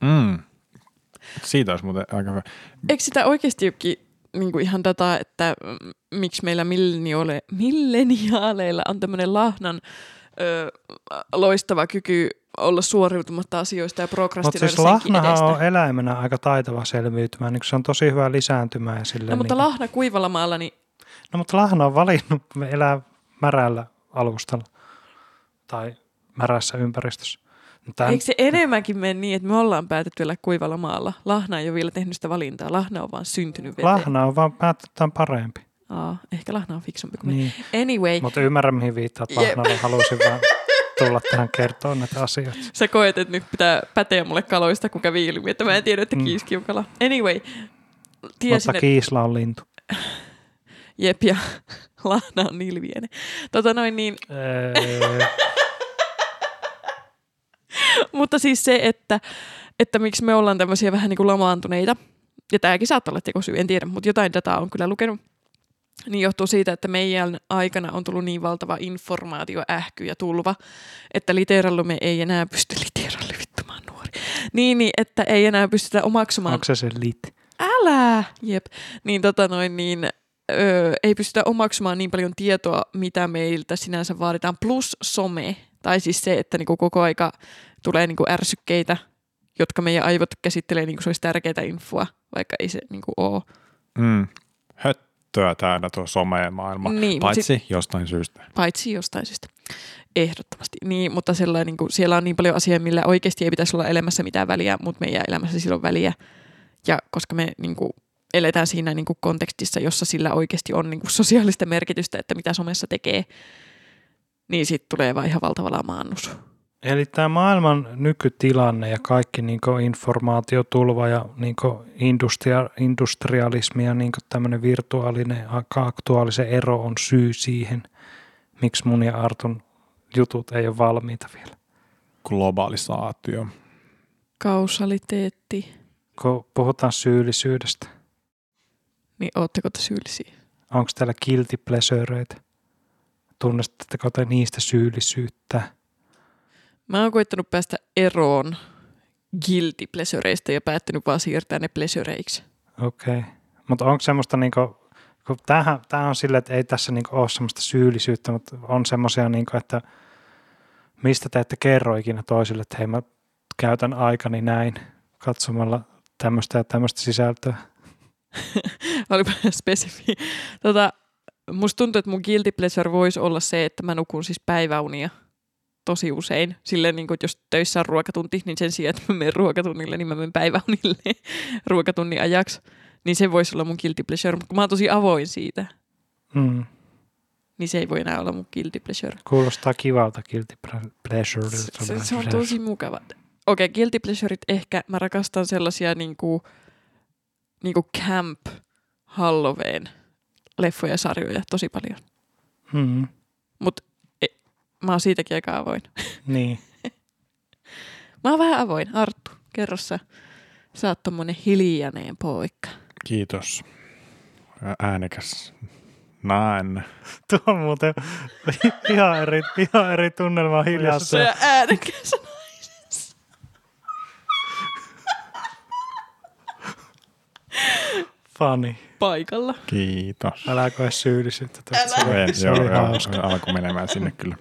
S3: Mm. Siitä olisi muuten aika hyvä.
S1: Eikö sitä oikeasti jokin niin kuin ihan dataa, että mm, miksi meillä milleniaale, milleniaaleilla on tämmöinen lahnan ö, loistava kyky olla suoriutumatta asioista ja
S2: Mutta
S1: prokrastinoida
S2: siis
S1: senkin
S2: lahnahan
S1: edestä.
S2: on eläimenä aika taitava selviytymään, niin se on tosi hyvä lisääntymään. ja Sille
S1: No mutta
S2: niin,
S1: lahna kuivalla maalla, niin
S2: no, mutta lahna on valinnut elää märällä alustalla tai märässä ympäristössä. Tämän,
S1: eikö se enemmänkin mene niin, että me ollaan päätetty elää kuivalla maalla? Lahna ei ole vielä tehnyt sitä valintaa. Lahna on vaan syntynyt veteen.
S2: lahna on vaan päätetään parempi.
S1: Aa, ehkä lahna on fiksumpi kuin
S2: Niin.
S1: me. Anyway,
S2: Mutta ymmärrän, mihin viittaat
S1: Jep.
S2: lahnalla. Halusin vaan tulla tähän kertoa näitä asioita.
S1: sä koet, että nyt pitää päteä mulle kaloista, kun kävi ilmi, että mä en tiedä, että kiiski on kala. Anyway, tiesin,
S2: Mm. Mutta
S1: että
S2: Kiisla on lintu.
S1: jep ja <laughs> lahna on nilviene. Tota noin niin,
S2: Öö,
S1: mutta siis se, että, että miksi me ollaan tämmöisiä vähän niin kuin lamaantuneita, ja tämäkin saattaa olla tekosyy, en tiedä, mutta jotain dataa on kyllä lukenut, niin johtuu siitä, että meidän aikana on tullut niin valtava informaatioähky ja tulva, että literallumme ei enää pysty literalli vittumaan nuori. Niin, niin, että ei enää pystytä omaksumaan
S2: onko se se lit?
S1: älä, jep, niin tota noin niin, öö, ei pystytä omaksumaan niin paljon tietoa, mitä meiltä sinänsä vaaditaan, plus some, tai siis se, että niinku koko aika tulee niinku ärsykkeitä, jotka meidän aivot käsittelee niin kuin se olisi tärkeää infoa, vaikka ei se niinku ole.
S3: Mm. Höttöä täynnä tuo somemaailma.
S1: Niin, mut
S3: Paitsi jostain syystä.
S1: Paitsi jostain syystä. Ehdottomasti. Niin, mutta sellainen, niin kuin, siellä on niin paljon asiaa, millä oikeasti ei pitäisi olla elämässä mitään väliä, mutta meidän elämässä silloin väliä. Ja koska me niin kuin, eletään siinä niin kuin, kontekstissa, jossa sillä oikeasti on niin kuin, sosiaalista merkitystä, että mitä somessa tekee, niin sitten tulee vaan ihan valtava lamaannus.
S2: Eli tämä maailman nykytilanne ja kaikki niin informaatiotulva ja niin industria, industrialismi ja niin tämmöinen virtuaalinen a- aktuaalisen ero on syy siihen, miksi mun ja Artun jutut ei ole valmiita vielä.
S3: Globalisaatio.
S1: Kausaliteetti.
S2: Kun puhutaan syyllisyydestä,
S1: Niin ootteko te syyllisiä?
S2: onko täällä guilty pleasureita? Tunnistatteko te niistä syyllisyyttä?
S1: Mä oon koittanut päästä eroon guilty pleasureista ja päättänyt vaan siirtää ne pleasureiksi.
S2: Okei. Mutta onko semmoista, niinku, kun tämähän, tämähän on silleen, että ei tässä niinku ole semmoista syyllisyyttä, mutta on semmoisia, niinku, että mistä te ette kerro ikinä toisille, että hei mä käytän aikani näin katsomalla tämmöistä ja tämmöistä sisältöä.
S1: Olipa <laughs> spesifi. Tota, musta tuntuu, että mun guilty pleasure voisi olla se, että mä nukun siis päiväunia tosi usein. Silleen, niin kuin, jos töissä on ruokatunti, niin sen sijaan, että mä menen ruokatunnille, niin mä menen päiväunille <laughs> ruokatunnin ajaksi. Niin se voisi olla mun guilty pleasure, mutta kun mä oon tosi avoin siitä,
S2: Mm.
S1: niin se ei voi enää olla mun guilty pleasure.
S2: Kuulostaa kivalta guilty ple- pleasure.
S1: Se, se, se on tosi mukava. Okei, okay, guilty pleasureit ehkä. Mä niin rakastan sellaisia niinku, niinku camp Halloween leffoja ja sarjoja tosi paljon.
S2: Mm,
S1: Mutta mä oon siitäkin aika avoin.
S2: niin.
S1: Mä oon vähän avoin. Arttu, kerro sä. Sä oot tommonen hiljainen poika.
S3: Kiitos. Ä- Äänekäs. Näen.
S2: Tuo on muuten <laughs> ihan eri, ihan eri tunnelma hiljaisuus.
S1: Se äänekäs. <laughs>
S2: Fani.
S1: paikalla.
S3: Kiitos.
S2: Älä koe syyllisyyttä. tästä.
S1: Älä.
S2: Se oli-
S3: En,
S2: se
S3: joo,
S2: oli
S3: joo,
S2: hauska.
S3: alku menemään sinne kyllä.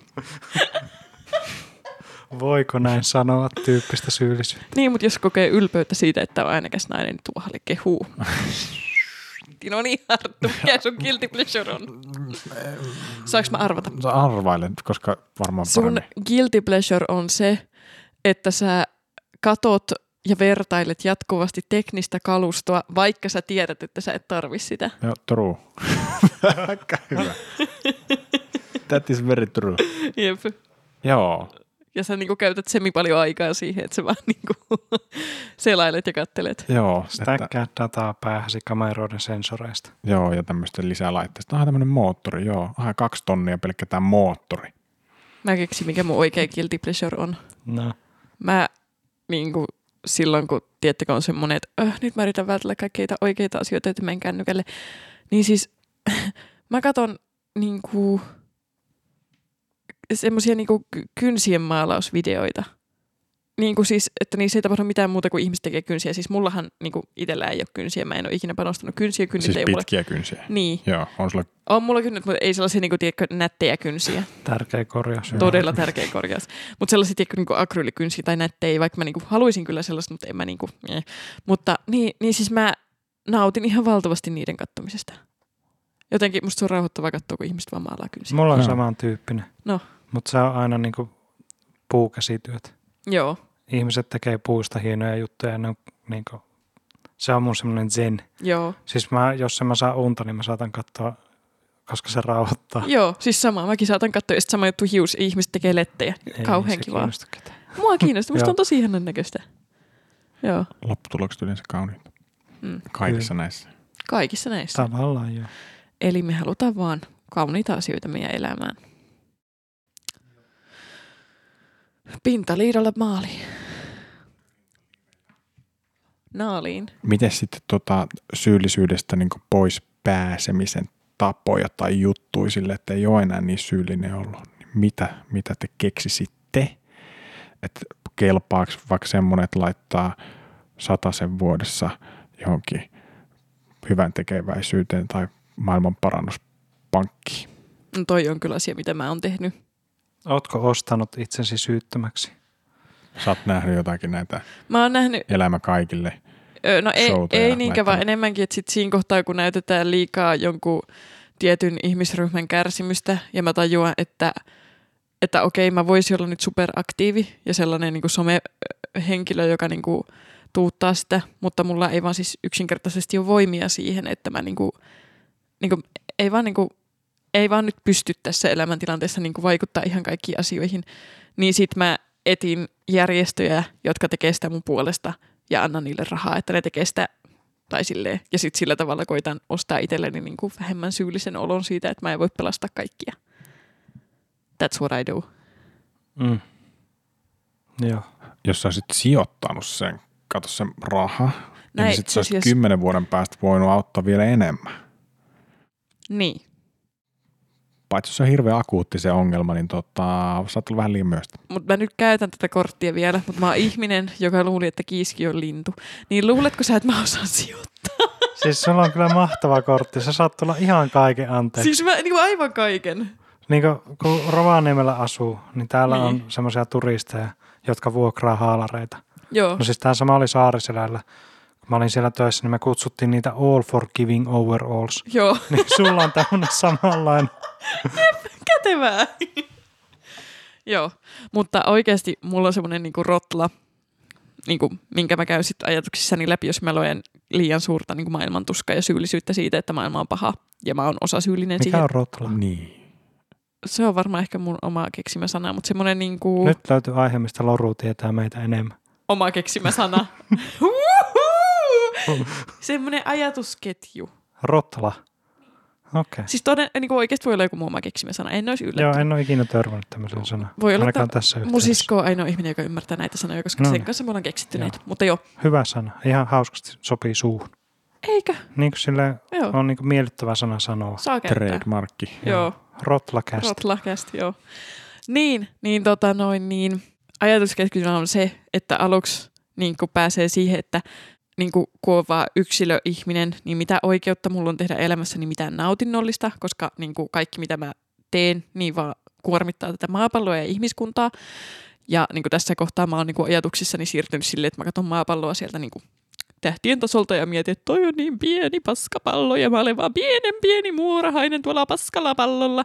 S2: Voiko näin sanoa tyyppistä syyllisyyttä?
S1: Niin, mutta jos kokee ylpeyttä siitä, että on äänekäs nainen, niin tuohalle kehuu. <laughs> no niin, Arttu, mikä sun guilty pleasure on? Saanko mä arvata?
S3: Sä arvailen, koska varmaan
S1: Sun
S3: paremmin.
S1: guilty pleasure on se, että sä katot ja vertailet jatkuvasti teknistä kalustoa, vaikka sä tiedät, että sä et tarvi sitä.
S3: Joo, true. <laughs> Aika hyvä. That is very true.
S1: Jep.
S3: Joo.
S1: Ja sä niinku käytät semi paljon aikaa siihen, että sä vaan niinku <laughs> selailet ja kattelet.
S3: Joo, että,
S2: Stäkkää dataa päähäsi kameroiden sensoreista.
S3: joo ja tämmöisten lisälaitteista. Aha, tämmöinen moottori, joo. Aha, kaksi tonnia pelkkä tämä moottori.
S1: Mä keksin, mikä mun oikea guilty pleasure on.
S2: No,
S1: mä niin kuin, silloin, kun tiettäkö on semmoinen, että öh, nyt mä yritän vältellä kaikkeita oikeita asioita, että menen kännykälle, niin siis <laughs> mä katson niin kuin, semmoisia niin kuin, kynsien maalausvideoita. Niin kuin siis, että niissä ei tapahdu mitään muuta kuin ihmiset tekee kynsiä. Siis mullahan niin kuin itsellään ei ole kynsiä, mä en ole ikinä panostanut kynsiä, kynnit
S3: siis
S1: ei mulle.
S3: pitkiä kynsiä.
S1: Niin,
S3: Joo, on sulla
S1: on mulla kynnet, mutta ei sellaisia niin kuin, tiedätkö, nättejä kynsiä
S2: tärkeä korjaus.
S1: todella tärkeä korjaus. Mutta sellaisia tiedätkö, niinku akryylikynsiä tai nättejä, vaikka mä niinku haluaisin kyllä sellaista, mutta en mä niinku, eh. Mutta niin, niin siis mä nautin ihan valtavasti niiden kattomisesta. Jotenkin musta se on rauhoittavaa katsoa, kun ihmiset vaan maalaa kynsiä.
S2: Mulla on
S3: Joo.
S2: samantyyppinen.
S1: No.
S2: Mutta se on aina niinku puukäsityöt.
S1: Joo,
S2: Ihmiset tekee puusta hienoja juttuja. ja Ne on, niinku, se on mun semmoinen zen.
S1: joo,
S2: Siis mä, jos en mä saa unta, niin mä saatan katsoa, koska se rauhoittaa.
S1: joo. Siis sama. Mäkin saatan katsoa, ja sit sama juttu hius, ihmiset tekee lettejä.
S2: Ei
S1: Kauhean
S2: se
S1: kivaa.
S2: kiinnosta ketään.
S1: Mua kiinnostaa, musta
S2: Joo.
S1: on tosi ihanan näköistä. Joo,
S3: lopputulokset yleensä kauniita.
S1: Mm.
S3: Kaikissa näissä.
S1: kaikissa näissä.
S2: Tavallaan joo.
S1: Eli me halutaan vaan kauniita asioita meidän elämään. Pintaliidolla maali. Naaliin.
S3: Miten sitten tota syyllisyydestä niin pois pääsemisen tapoja tai juttuja sille, että ei ole enää niin syyllinen ollut? Niin Mitä, mitä te keksisitte? Että kelpaako vaikka semmoinen, että laittaa sen vuodessa johonkin hyvän tekeväisyyteen tai maailman parannuspankkiin?
S1: No toi on kyllä asia, mitä mä oon tehnyt.
S2: Ootko ostanut itsesi syyttömäksi?
S3: Sä oot nähnyt jotakin näitä
S1: Mä oon nähnyt
S3: elämä kaikille.
S1: Öö, no ei,
S3: showta ja
S1: ei niinkään, vaan
S3: laittanut.
S1: enemmänkin, että sit siinä kohtaa, kun näytetään liikaa jonkun tietyn ihmisryhmän kärsimystä, ja mä tajuan, että, että okei, mä voisin olla nyt superaktiivi ja sellainen niin somehenkilö, joka niin kuin, tuuttaa sitä, mutta mulla ei vaan siis yksinkertaisesti ole voimia siihen, että mä niin kuin, niin kuin, ei vaan niin kuin, ei vaan nyt pysty tässä elämäntilanteessa niin kuin vaikuttaa ihan kaikkiin asioihin, niin sit mä etin järjestöjä, jotka tekee sitä mun puolesta ja annan niille rahaa, että ne tekee sitä tai silleen. Ja sitten sillä tavalla koitan ostaa itselleni niin kuin vähemmän syyllisen olon siitä, että mä en voi pelastaa kaikkia. That's what I do.
S2: Mm. Joo.
S3: Jos sä olisit sijoittanut sen, kato sen raha, Näin,
S1: Näin,
S3: niin sitten sä
S1: siis
S3: olisit
S1: jos-
S3: kymmenen vuoden päästä voinut auttaa vielä enemmän.
S1: Niin.
S3: Paitsi jos se on hirveän akuutti se ongelma, niin tota, sä oot ollut vähän liian myöstä.
S1: Mutta mä nyt käytän tätä korttia vielä, mutta mä oon ihminen, joka luuli, että kiiski on lintu. Niin luuletko sä, että mä osaan sijoittaa?
S2: Siis sulla on kyllä mahtava kortti. Sä saat tulla ihan kaiken anteeksi.
S1: Siis mä niin kuin aivan kaiken.
S2: Niin kuin, kun Rovaniemellä asuu, niin täällä
S1: Niin.
S2: niin. on semmoisia turisteja, jotka vuokraa haalareita.
S1: Joo.
S2: No siis tämä sama oli Saariselällä. Kun mä olin siellä töissä, niin me kutsuttiin niitä all for giving overalls.
S1: Joo.
S2: <laughs> Niin sulla on tämmöinen samanlainen.
S1: kätevää. <laughs> Joo, mutta oikeasti mulla on semmoinen niinku rotla, niinku, minkä mä käyn sitten ajatuksissani läpi, jos mä loen liian suurta niinku maailmantuskaa ja syyllisyyttä siitä, että maailma on paha ja mä oon osa syyllinen
S2: Mikä
S1: siihen.
S2: on rotla?
S1: Mm.
S3: Niin.
S1: Se on varmaan ehkä mun oma keksimä sana, mutta semmoinen niinku
S2: Nyt löytyy aihe, mistä Loru tietää meitä enemmän.
S1: oma keksimä
S2: <laughs>
S1: sana. <laughs> Huhhuh! semmoinen ajatusketju.
S2: Rotla. Okei.
S1: Siis toden, niin kuin oikeasti voi olla joku muu oma keksimä sana. En olisi
S2: Joo,
S1: yllättynyt.
S2: en ole ikinä törmännyt tämmöisen sanan.
S1: Voi olla,
S2: Ainakaan
S1: että
S2: tässä
S1: Mun siis
S2: yhteydessä.
S1: sisko on ainoa ihminen, joka ymmärtää näitä sanoja, koska
S2: No
S1: sen
S2: niin.
S1: kanssa me ollaan keksitty
S2: Joo.
S1: näitä. Mutta joo,
S2: Hyvä sana. Ihan hauskasti sopii suuhun.
S1: eikö?
S2: Niin kuin sille
S1: Joo,
S2: on niin kuin miellyttävä sana sanoa.
S1: saa käyttää.
S3: Trademarkki.
S1: Joo,
S2: Rotlakästä.
S1: Rotlakäst, joo. Niin, niin tota noin, niin ajatuskeskitymä on se, että aluksi niin kun pääsee siihen, että niin kun, kun on vaan yksilö, ihminen, niin mitä oikeutta mulla on tehdä elämässäni mitään nautinnollista, koska niin kun kaikki mitä mä teen, niin vaan kuormittaa tätä maapalloa ja ihmiskuntaa. Ja niin kun tässä kohtaa mä oon niin kun ajatuksissani siirtynyt silleen, että mä katson maapalloa sieltä niin kun tähtien tasolta ja mietin, että toi on niin pieni paskapallo ja mä olen vaan pienen pieni muurahainen tuolla paskalla pallolla.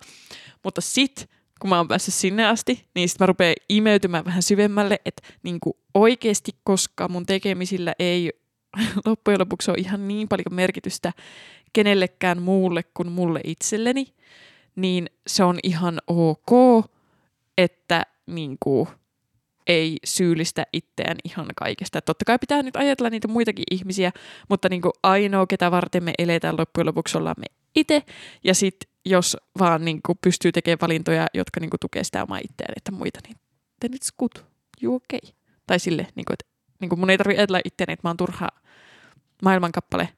S1: Mutta sit, kun mä oon päässyt sinne asti, niin sit mä rupean imeytymään vähän syvemmälle, että niinku oikeasti koska mun tekemisillä ei <laughs> loppujen lopuksi ole ihan niin paljon merkitystä kenellekään muulle kuin mulle itselleni, niin se on ihan ok, että niinku ei syyllistä itseään ihan kaikesta. Totta kai pitää nyt ajatella niitä muitakin ihmisiä, mutta niinku ainoa, ketä varten me eletään loppujen lopuksi, ollaan me itse. Ja sitten jos vaan niin kuin pystyy tekemään valintoja, jotka niin kuin tukee sitä omaa itseään, että muita, niin then it's good, you okay. Tai sille, niin kuin, että niin kuin mun ei tarvitse ajatella itseäni, että mä oon turha maailmankappale,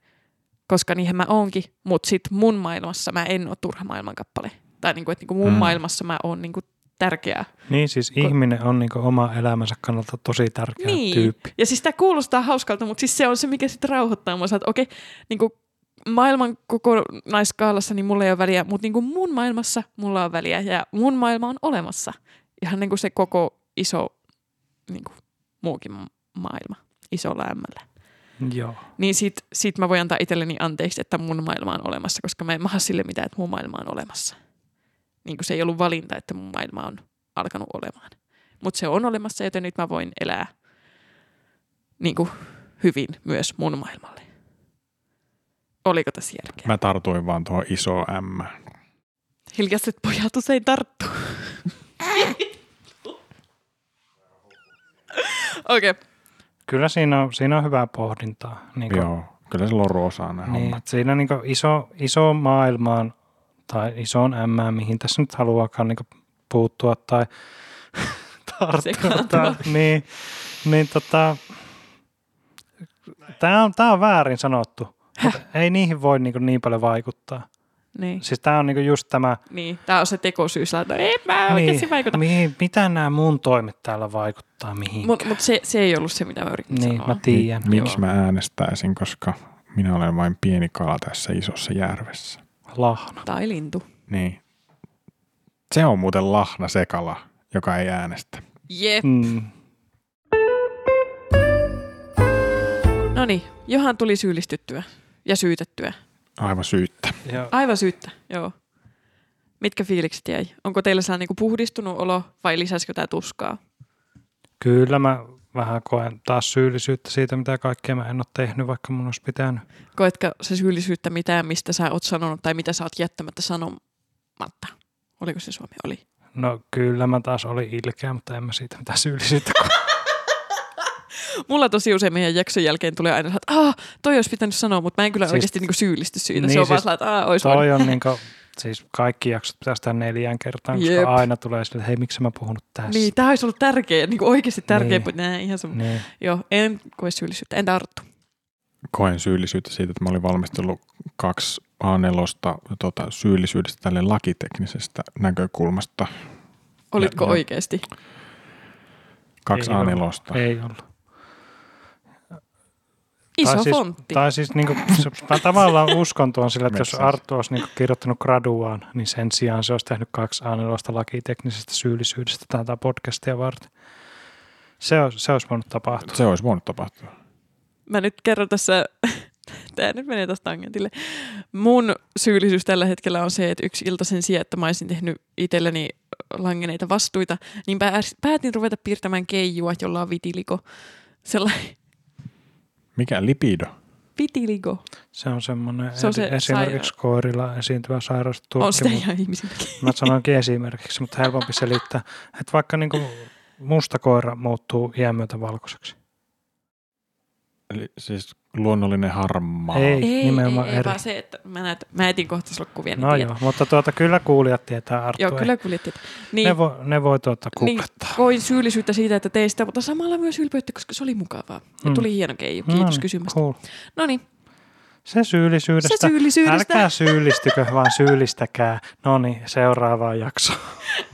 S1: koska niinhän mä oonkin, mutta sit mun maailmassa mä en ole turha maailmankappale. Tai niin kuin, että niin kuin mun
S3: Mm.
S1: mm. maailmassa mä oon niin kuin tärkeää.
S2: Niin siis ihminen on niin oma elämänsä kannalta tosi tärkeä
S1: Niin.
S2: tyyppi.
S1: Ja siis tämä kuulostaa hauskalta, mutta siis se on se, mikä sitten rauhoittaa mua. Sä oot, okei, niin kuin maailman kokonaiskaalassa niin mulla ei ole väliä, mutta niin kuin mun maailmassa mulla on väliä ja mun maailma on olemassa. Ihan niin kuin se koko iso niin kuin muukin maailma isolla ämmällä.
S2: Joo.
S1: Niin sit, sit mä voin antaa itselleni anteeksi, että mun maailma on olemassa, koska mä en maha sille mitään, että mun maailma on olemassa. Niin kuin se ei ollut valinta, että mun maailma on alkanut olemaan. Mutta se on olemassa, joten nyt mä voin elää niin kuin hyvin myös mun maailmalle. Oliko tässä järkeä?
S3: Mä tartuin vaan tuohon iso M.
S2: Niin
S1: Hiljaiset pojat usein tarttuu. Okei. Okay.
S2: Kyllä siinä on, siinä on hyvää pohdintaa. Niin kuin,
S3: Joo. Kyllä se loru osaa nämä
S2: niin,
S3: hommat.
S2: että siinä niin iso, iso maailmaan tai isoon M, mihin tässä nyt haluaakaan niin puuttua tai <laughs> tarttua.
S1: Sekaantua.
S2: tai- Niin, niin tota, tämä on, tää on väärin sanottu. Mutta ei niihin voi niin, niin paljon vaikuttaa.
S1: Niin.
S2: Siis tämä on niin just tämä,
S1: niin. Tämä on se tekosyys. No ei mä oikeasti
S2: niin,
S1: vaikuta.
S2: mihin, mitä nämä mun toimet täällä vaikuttaa mihin.
S1: Mutta mut se, se ei ollut se, mitä mä yritin
S2: Niin,
S1: sanoa.
S2: mä tiedän.
S3: Mi- Miksi mä äänestäisin, koska minä olen vain pieni kala tässä isossa järvessä.
S2: Lahna.
S1: Tai lintu.
S3: Niin. Se on muuten lahna se kala, joka ei äänestä.
S1: Jep.
S2: Mm.
S1: No niin, Johan tuli syyllistyttyä ja syytettyä.
S3: Aivan syyttä.
S2: Ja
S1: Aivan syyttä, joo. Mitkä fiilikset jäi? Onko teillä sellainen niinku puhdistunut olo vai lisäsikö tämä tuskaa?
S2: Kyllä mä vähän koen taas syyllisyyttä siitä, mitä kaikkea mä en ole tehnyt, vaikka mun olisi pitänyt.
S1: Koetko se syyllisyyttä mitään, mistä sä oot sanonut tai mitä sä oot jättämättä sanomatta? Oliko se Suomi? Oli.
S2: No kyllä mä taas olin ilkeä, mutta en mä siitä mitään syyllisyyttä koe.
S1: Mulla tosi usein meidän jakson jälkeen tulee aina, että aah, toi olisi pitänyt sanoa, mutta mä en kyllä
S2: Siis-
S1: siis, oikeasti niinku syyllisty siitä.
S2: Niin,
S1: Niin, se on
S2: siis
S1: siis, vaan sellainen, että aah, olisi voinut.
S2: <laughs> Toi on niin kuin, siis kaikki jaksot pitäisi tehdä neljään kertaan, koska
S1: Jep.
S2: aina tulee sille, että hei miksi mä puhunut tässä.
S1: Niin, tämä olisi ollut tärkeä, niinku oikeasti tärkeä,
S2: Niin.
S1: niin. nää, ihan se,
S2: Niin.
S1: Joo, en koe syyllisyyttä, en tarttu.
S3: Koen syyllisyyttä siitä, että mä olin valmistellut kaksi A4 tota, syyllisyydestä tälle lakiteknisestä näkökulmasta.
S1: Olitko
S3: Ja- ja-
S1: oikeasti?
S3: Kaksi
S2: Ei
S3: A4.
S2: Ei ollut.
S1: Iso
S2: tai siis,
S1: fontti.
S2: Tai siis niin kuin, se, mä tavallaan uskon tuon sillä, että jos
S3: Makes sense.
S2: Arttu olisi niin kuin, kirjoittanut graduaan, niin sen sijaan se olisi tehnyt kaksi aanelosta lakiteknisestä syyllisyydestä tätä podcastia varten. Se, olisi- se olisi voinut tapahtua.
S3: Se olisi voinut tapahtua.
S1: Mä nyt kerron tässä, <laughs> tämä nyt menee tästä tangentille. Mun syyllisyys tällä hetkellä on se, että yksi ilta sen sijaan, että mä olisin tehnyt itselleni langeneita vastuita, niin pää- päätin ruveta piirtämään keijua, jolla on vitiliko. Sellainen <laughs>
S3: Mikä lipido?
S1: vitiliko
S2: Se on semmoinen
S1: Se on se
S2: esimerkiksi koirilla esiintyvä sairaus.
S1: on sitä
S2: tutkimus.
S1: ihan ihmisilläkin.
S2: Mä <laughs> sanoinkin esimerkiksi, mutta helpompi selittää, niinku että vaikka niin musta koira muuttuu iän myötä valkoiseksi.
S3: Eli siis luonnollinen harmaa.
S2: Ei.
S1: Ei,
S2: Niin, nimenomaan
S1: ei, ei
S2: eri.
S1: vaan se, että mä, näet, mä etin kohta sulle kuvia. niin
S2: No joo, mutta tuota, kyllä kuulijat tietää Arttu.
S1: joo
S2: ei-
S1: kyllä kuljettiin. Niin,
S2: ne, voi, ne voi tuota
S1: niin
S2: googlettaa.
S1: koin syyllisyyttä siitä, että tein sitä, mutta samalla myös ylpeyttä, koska se oli mukavaa. Ja
S2: Mm.
S1: tuli hieno keiju. Kiitos
S2: Noniin,
S1: kysymästä.
S2: Cool.
S1: No niin,
S2: Se syyllisyydestä.
S1: Se syyllisyydestä.
S2: Älkää syyllistykö, vaan syyllistäkää. No niin, seuraavaan jaksoon.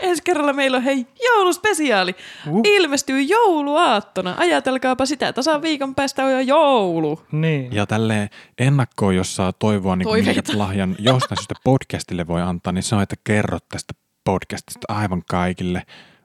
S1: ensi kerralla meillä on hei jouluspesiaali.
S2: Uh.
S1: Niin. Ilmestyy jouluaattona. Ajatelkaapa sitä, tasan viikon päästä on jo joulu.
S2: Niin.
S3: Ja tälleen ennakkoon, jos saa toivoa, niin kuin
S1: Toiveita.
S3: minkä lahjan jostain syystä podcastille voi antaa, niin se on, että kerrot tästä podcastista aivan kaikille.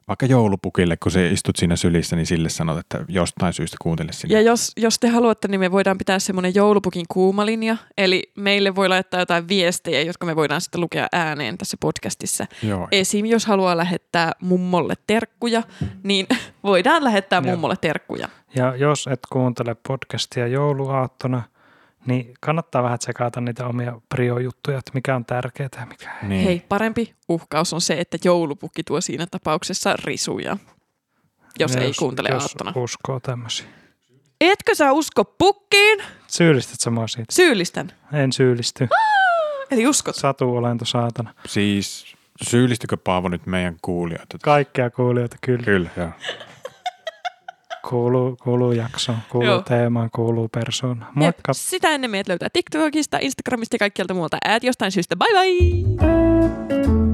S3: Vaikka joulupukille, kun se istut siinä sylissä, niin sille sanot, että jostain syystä kuuntele sinne.
S1: Ja jos, jos te haluatte, niin me voidaan pitää semmoinen joulupukin kuuma linja. Eli meille voi laittaa jotain viestejä, jotka me voidaan sitten lukea ääneen tässä podcastissa.
S3: Joo.
S1: Esim. jos haluaa lähettää mummolle terkkuja, niin <laughs> voidaan lähettää
S2: Hmm. Joo.
S1: mummolle terkkuja.
S2: Ja jos et kuuntele podcastia jouluaattona, niin kannattaa vähän tsekata niitä omia priojuttuja, että mikä on tärkeää ja mikä ei.
S3: Niin.
S1: Hei, parempi uhkaus on se, että joulupukki tuo siinä tapauksessa risuja, jos
S2: Ja
S1: ei kuuntele
S2: jos
S1: aattona.
S2: uskoo tämmöisiä.
S1: Etkö sä usko pukkiin?
S2: Syyllistit sä mua siitä?
S1: Syyllistän.
S2: En syyllisty.
S1: Eli uskot.
S2: Satuolento saatana.
S3: Siis syyllistykö Paavo nyt meidän kuulijoita?
S2: Kaikkia kuulijoita kyllä.
S3: Kyllä, joo.
S2: Kuuluu, kuuluu jaksoon, kuuluu
S1: Joo.
S2: teemaan, kuuluu persoonaan.
S1: Jep,
S2: Moikka!
S1: sitä ennen meidät löytää TikTokista, Instagramista ja kaikkialta muualta. Ät jostain syystä. Bye bye!